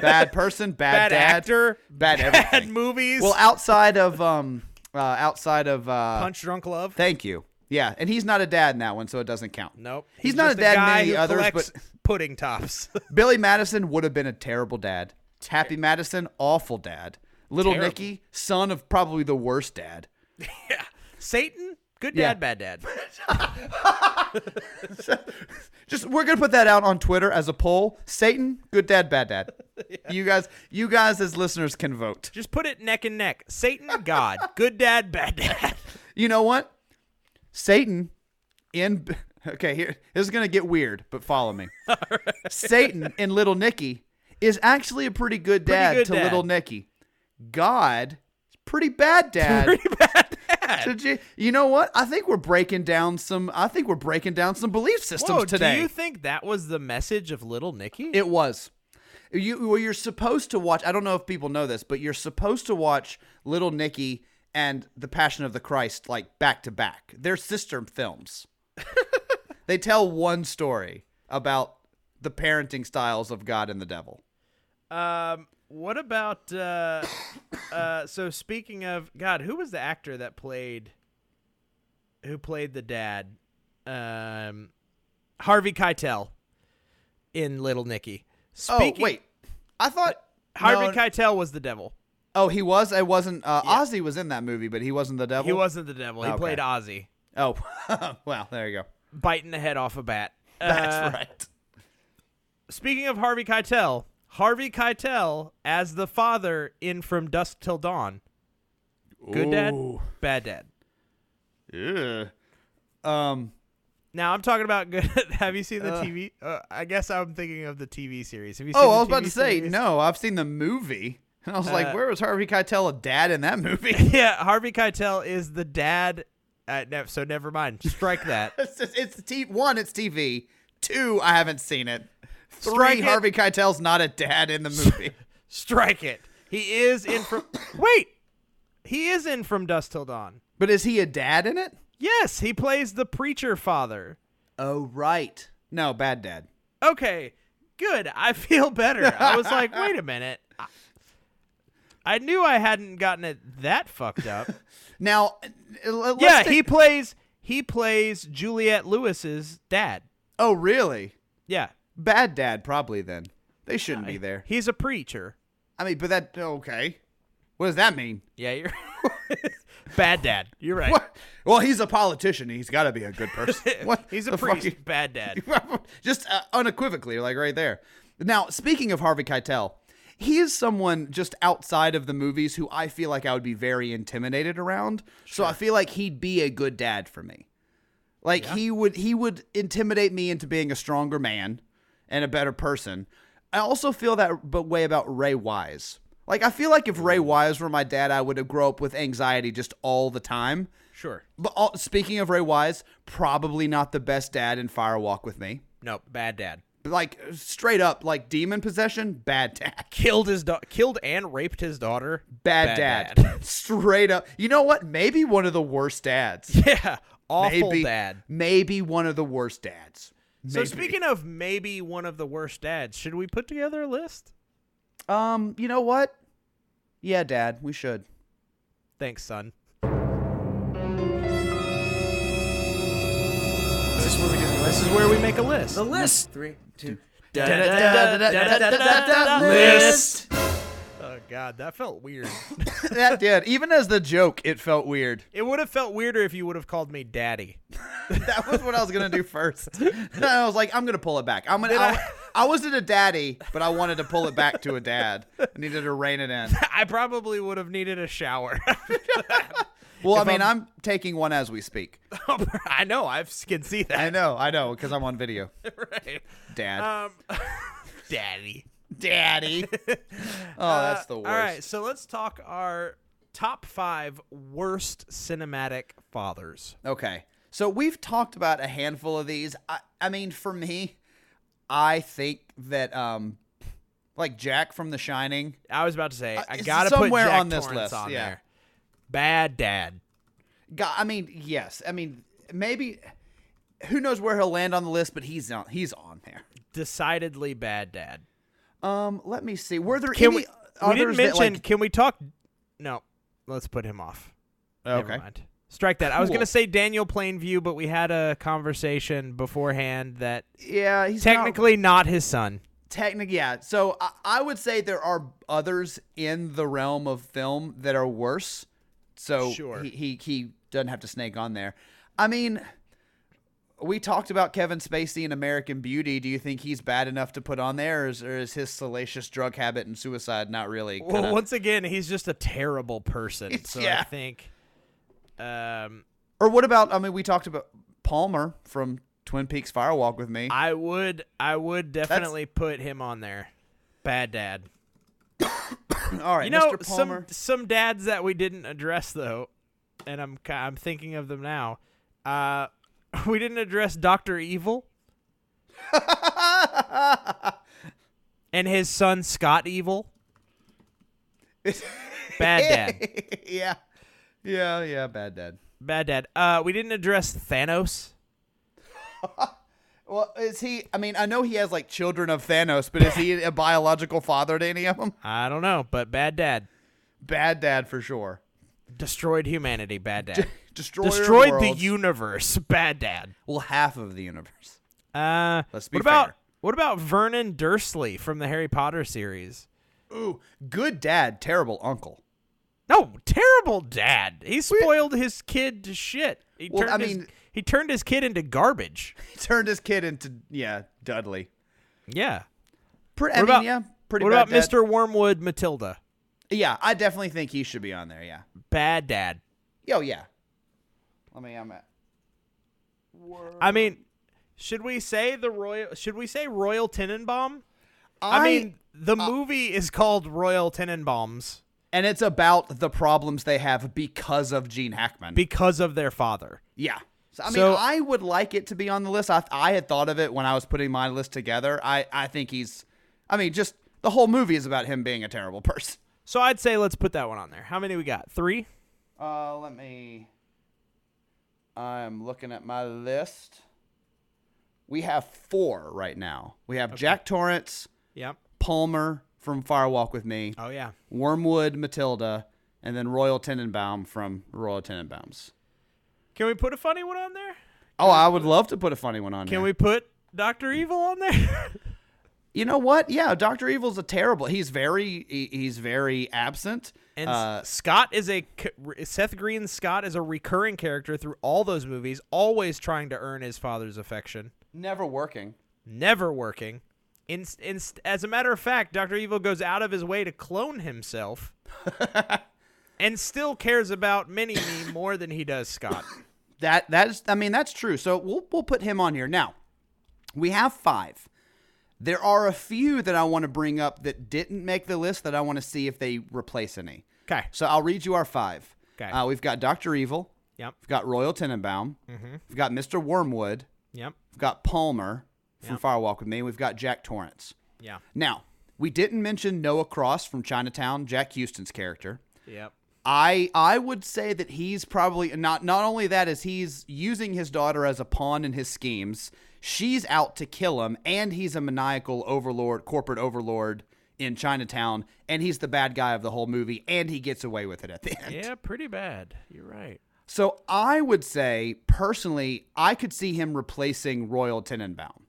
bad person, bad, bad, dad, actor, bad bad everything. movies. well, uh, outside of um, uh, outside of uh, Punch Drunk Love. Thank you. Yeah, and he's not a dad in that one, so it doesn't count. Nope. he's, not a just dad guy in many who others. collects But pudding tops. [LAUGHS] [LAUGHS] Billy Madison would have been a terrible dad. Happy Madison, awful dad. Little Terrible. Nicky, son of probably the worst dad. Satan, good Yeah. dad, bad dad. Just we're gonna put that out on Twitter as a poll. Satan, good dad, bad dad. [LAUGHS] You guys, you guys as listeners can vote. Just put it neck and neck. Satan, God, good dad, bad [LAUGHS] dad. You know what? Satan in okay here this is gonna get weird, but follow me. Satan in Little Nicky is actually a pretty good dad good to dad. Little Nicky. God, is pretty bad dad Pretty bad. that? Did you, you know what? I think we're breaking down some. I think we're breaking down some belief systems Whoa, today. do you think that was the message of Little Nicky? It was. You well, you're supposed to watch. I don't know if people know this, but you're supposed to watch Little Nicky and The Passion of the Christ like back to back. They're sister [LAUGHS] films. they tell one story about the parenting styles of God and the devil. um, what about uh, [COUGHS] uh, so speaking of God, who was the actor that played who played the dad? Um, Harvey Keitel in Little Nicky. Speaking, oh wait, I thought Harvey no, Keitel was the devil. Oh, he was. I wasn't. Uh, Ozzy was in that movie, but he wasn't the devil. He wasn't the devil. He Okay. played Ozzy, Oh, [LAUGHS] well, there you go. biting the head off a bat. [LAUGHS] That's Uh, right. Speaking of Harvey Keitel, Harvey Keitel as the father in From Dusk Till Dawn. Good dad, bad dad. Uh, Um, Now I'm talking about good. [LAUGHS] Have you seen the TV? Uh, I guess I'm thinking of the TV series. Have you? seen Oh, the I was about TV to say, series? Uh, no, I've seen the movie. And I was like, where was Harvey Keitel a dad in [LAUGHS] that movie? [LAUGHS] Yeah, Harvey Keitel is the dad. Uh, no, so never mind. Strike [LAUGHS] that. it's just, it's t- one, it's TV. Two, I haven't seen it. Three, Strike it. Harvey Keitel's not a dad in [LAUGHS] the movie. Strike it. He is in from. [COUGHS] Wait, he is in From Dusk Till Dawn. but is he a dad in it? Yes, he plays the preacher father. Oh, right. No, bad dad. okay, good. I [LAUGHS] feel better. I was like, wait a [LAUGHS] minute. I- I knew I hadn't gotten it that fucked up. Now, uh, let's yeah, take- he plays he plays Juliet Lewis's dad. Oh, really? Yeah. Bad dad, probably then. They shouldn't be there. He's a preacher. I mean, but that, okay. What does that mean? Yeah, you're [LAUGHS] bad dad. You're right. What? Well, he's a politician. He's got to be a good [LAUGHS] person. What He's a the priest. fuck? Bad [LAUGHS] dad. just uh, unequivocally, like right there. Now, speaking of Harvey Keitel, he is someone just outside of the movies who I feel like I would be very intimidated around. So I feel like he'd be a good dad for me. Like he would he would intimidate me into being a stronger man and a better person. I also feel that but way about Ray Wise. Like I feel like if Ray Wise were my dad, I would grow up with anxiety just all the time. Sure. But all, speaking of Ray Wise, probably not the best dad in Fire Walk with Me. No, bad dad. Like straight up, like demon possession, bad dad, Killed his da- killed and raped his daughter. bad, Bad dad, [LAUGHS] straight up. You know what? Maybe one of the worst dads. yeah. [LAUGHS] Awful maybe, dad. Maybe one of the worst dads. So Maybe. speaking of maybe one of the worst dads, should we put together a list? um, you know what? Yeah, Dad, we should. Thanks, son. This is where we do the This list. is where we make a list. The list. Three, two. List. Oh god, that felt weird. [LAUGHS] That did. Even as the joke, it felt weird. it would have felt weirder if you would have called me daddy. [LAUGHS] That was what I was gonna do first. [LAUGHS] And I was like, I'm gonna pull it back. I'm gonna. I, I wasn't a daddy, but I wanted to pull it back to a dad. I needed to rein it in. I probably would have needed a shower. [LAUGHS] Well, I mean, I'm, taking one as we speak. I know, I can see [LAUGHS] I that. know, I know, because I'm on video, [LAUGHS] Right. Dad. Um [LAUGHS] daddy. [LAUGHS] daddy. oh, that's the worst. All right, so let's talk our top 5 worst cinematic fathers. Okay. So we've talked about a handful of these. I, I mean, for me, I think that um, like Jack from The Shining. I was about to say I it's got to put Uh, somewhere Jack on this Torrance list, on yeah. there. Bad dad. God, I mean, yes. I mean, maybe. Who knows where he'll land on the list, but he's on. He's on there. Decidedly bad dad. Um, let me see. Were there Can any we? We others didn't that, mention. like- can we talk? No, let's put him off. Never okay. mind. Strike that. I was Cool. gonna say Daniel Plainview, but we had a conversation beforehand that Yeah, he's not- technically not his son. Technically, yeah. So I, I would say there are others in the realm of film that are worse. So Sure. he, he he doesn't have to snake on there. I mean, we talked about Kevin Spacey in American Beauty. Do you think he's bad enough to put on there, or is, or is his salacious drug habit and suicide not really? Well, gonna- once again, he's just a terrible person. So I Yeah. think. Um, Or what about? I mean, we talked about Palmer from Twin Peaks Fire Walk with me. I would, I would definitely put him on there. Bad dad. All right, You know, Mr. some Palmer. some dads that we didn't address though. and I'm ki- I'm thinking of them now. Uh, [LAUGHS] we didn't address Doctor [LAUGHS] Evil and his son Scott Evil. [LAUGHS] Bad dad, [LAUGHS] yeah. Yeah, yeah, bad dad. bad dad. Uh, we didn't address Thanos. Well, is he? I mean, I know he has like children of Thanos, but [LAUGHS] is he a biological father to any of them? I don't know, but bad dad Bad dad for sure. destroyed humanity. Bad dad Destroyer of destroyed the worlds. universe. Bad dad. Well, half of the universe. Uh, Let's be what about fair. what about Vernon Dursley from the Harry Potter series? Ooh, good dad, terrible uncle. [LAUGHS] No, terrible dad. He spoiled his kid to shit. He Well, turned I his, mean- he turned his kid into garbage. He turned his kid into yeah, Dudley. Yeah. Pretty, I What mean, about- yeah, pretty. what bad about dad. Mr. Wormwood Matilda? Yeah, I definitely think he should be on there. Yeah. Bad dad. Yo, yeah. Let me. I'm at. I mean, should we say the royal? Should we say Royal Tenenbaum? I, mean, the uh, movie is called Royal Tenenbaums and it's about the problems they have because of Gene Hackman. because of their father. Yeah. So, I mean, So- I would like it to be on the list. I, I had thought of it when I was putting my list together. I, I think he's, I mean, just the whole movie is about him being a terrible person. So I'd say let's put that one on there. How many we got? Three. Uh, let me. I'm looking at my list. We have four right now. We have Jack Torrance, Yep. Palmer from Firewalk with Me, Oh yeah. Wormwood, Matilda, and then Royal Tenenbaum from Royal Tenenbaums. Can we put a funny one on there? Oh, I would love to put a funny one on. Can here. we put Doctor Evil on there? [LAUGHS] you know what? Yeah, Doctor Evil's a terrible. He's very he, he's very absent. And uh, S- Scott is a c- Seth Green Scott is a recurring character through all those movies, always trying to earn his father's affection, never working. never working. In, in, as a matter of fact, Doctor Evil goes out of his way to clone himself, and still cares about Mini Me more than he does Scott. That that is I mean that's true. So we'll we'll put him on here. Now, we have 5. There are a few that I want to bring up that didn't make the list that I want to see if they replace any. Okay. So I'll read you our 5. 'Kay. Uh, we've got Doctor Evil, Yep. we've got Royal Tenenbaum, we've got Mr. Wormwood, Yep. we've got Palmer from Firewalk with Me, we've got Jack Torrance. Yeah. Now, we didn't mention Noah Cross from Chinatown, Jack Houston's character. Yep. I I would say that he's probably not not only that is he's using his daughter as a pawn in his schemes. She's out to kill him and he's a maniacal overlord, corporate overlord in Chinatown and he's the bad guy of the whole movie and he gets away with it at the end. Yeah. Pretty bad. You're right. So I would say personally, I could see him replacing Royal Tenenbaum.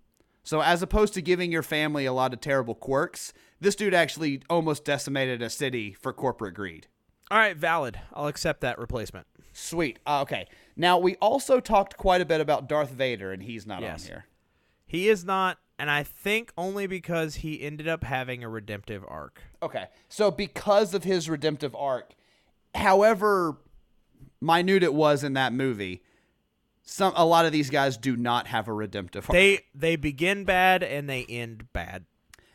So as opposed to giving your family a lot of terrible quirks, this dude actually almost decimated a city for corporate greed. All right. Valid. I'll accept that replacement. Sweet. Uh, okay. Now we also talked quite a bit about Darth Vader, and he's not Yes. on here. He is not, and I think only because he ended up having a redemptive arc. Okay. So because of his redemptive arc, however minute it was in that movie, some a lot of these guys do not have a redemptive arc. They they begin bad and they end bad.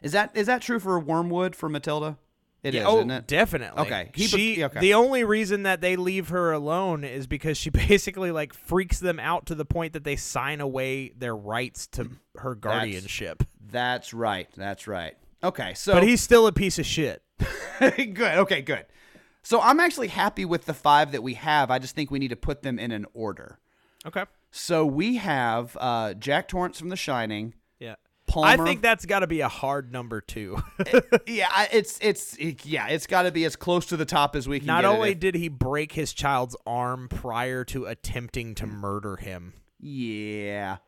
is that is that true for Wormwood for Matilda? It is, oh, isn't it? definitely. Okay, he be- She, yeah, okay. The only reason that they leave her alone is because she [LAUGHS] basically like freaks them out to the point that they sign away their rights to her guardianship. That's right. That's right. Okay. So But he's still a piece of shit. [LAUGHS] good. Okay, good. So I'm actually happy with the five that we have. I just think we need to put them in an order. Okay. So we have uh, Jack Torrance from The Shining. Yeah. I Palmer. think that's got to be a hard number [LAUGHS] two. yeah, I- it's it's it- yeah, it's got to be as close to the top as we can. Not get it only if- did he break his child's arm prior to attempting to murder him. yeah.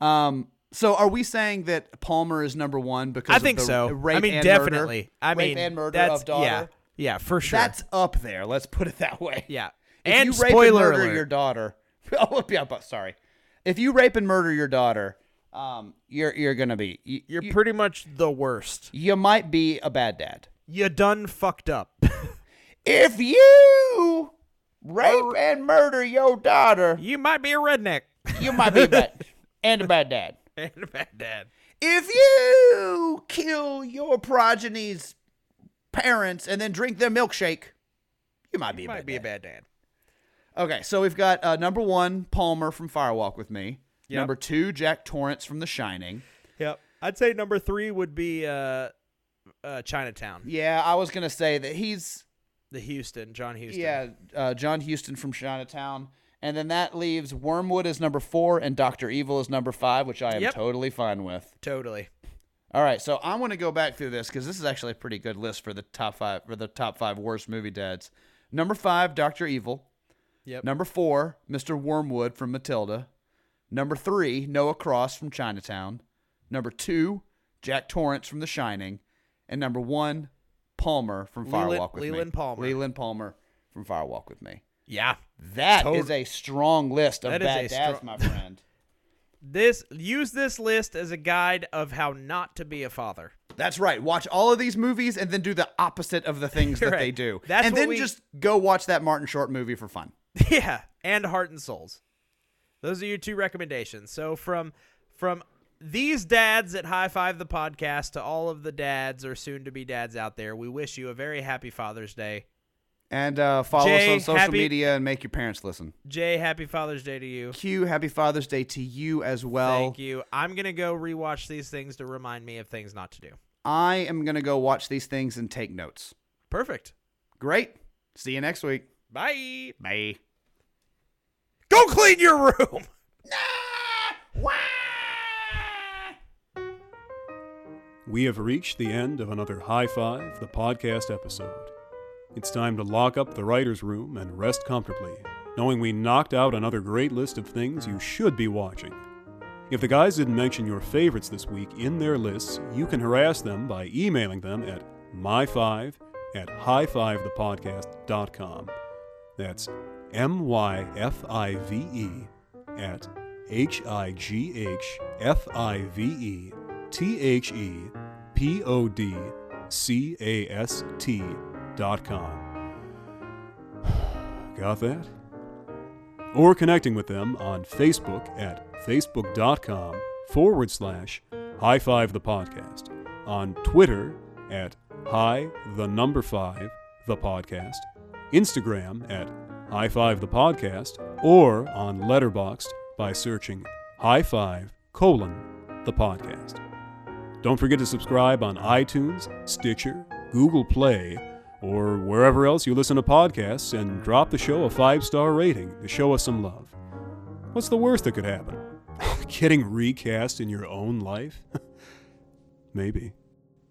Um. So are we saying that Palmer is number one because I of think the so. Rape I mean, and definitely. Murder, I rape mean, and murder that's, of daughter. Yeah, yeah, for sure. That's up there. Let's put it [LAUGHS] that way. yeah. If and you rape spoiler and murder alert. your daughter. [LAUGHS] oh, yeah, but sorry. If you rape and murder your daughter, um, you're you're gonna be you, You're you- pretty much the worst. you might be a bad dad. You done fucked up. [LAUGHS] If you rape and murder your daughter, you might be a redneck [LAUGHS] you might be [LAUGHS] bad and a bad dad. and a bad dad. If you kill your progeny's parents and then drink their milkshake, you might be a Might bad be dad. a bad dad. Okay, so we've got uh, number one Palmer from Firewalk with Me. Yep. Number two Jack Torrance from The Shining. Yep. I'd say number three would be uh, uh, Chinatown, Yeah, I was gonna say that he's the Houston, John Houston. yeah uh, John Houston from Chinatown, and then that leaves Wormwood as number four and Doctor Evil is number five, which I am Yep. totally fine with. Totally. All right, so I'm gonna go back through this because this is actually a pretty good list for the top five for the top five worst movie dads. Number five, Doctor Evil. Yep. Number four, Mr. Wormwood from Matilda. Number three, Noah Cross from Chinatown. Number two, Jack Torrance from The Shining. And number one, Palmer from Leland- Firewalk with Me. Leland Palmer. Leland Palmer from Firewalk with Me. Yeah. That is Tot- a strong list of That is bad a dads, strong- my friend. This use this list as a guide of how not to be a father. [LAUGHS] That's right. Watch all of these movies and then do the opposite of the things that Right. they do. That's and what then we- just go watch that Martin Short movie for fun. [LAUGHS] yeah, and Heart and Souls. Those are your two recommendations. So from from these dads at High Five the podcast to all of the dads or soon to be dads out there, we wish you a very happy Father's Day. And uh, follow us Jay, on social happy- media and make your parents listen. Jay, happy Father's Day to you. Q, happy Father's Day to you as well. Thank you. I'm gonna go rewatch these things to remind me of things not to do. I am going to go watch these things and take notes. Perfect. Great. See you next week. Bye. Bye. Go clean your room. [LAUGHS] We have reached the end of another High Five, the podcast episode. It's time to lock up the writer's room and rest comfortably, knowing we knocked out another great list of things you should be watching. If the guys didn't mention your favorites this week in their lists, you can harass them by emailing them at my5 at highfivethepodcast.com. That's M Y F I V E at H I G H F I V E T H E P O D C A S T dot com. [SIGHS] Got that? Or connecting with them on Facebook at facebook.com forward slash high five the podcast, on Twitter at high the number five the podcast, Instagram at high five the podcast, or on Letterboxd by searching high five colon the podcast. Don't forget to subscribe on iTunes, Stitcher, Google Play, or wherever else you listen to podcasts and drop the show a five star rating to show us some love. What's the worst that could happen? [LAUGHS] Getting recast in your own life? [LAUGHS] Maybe.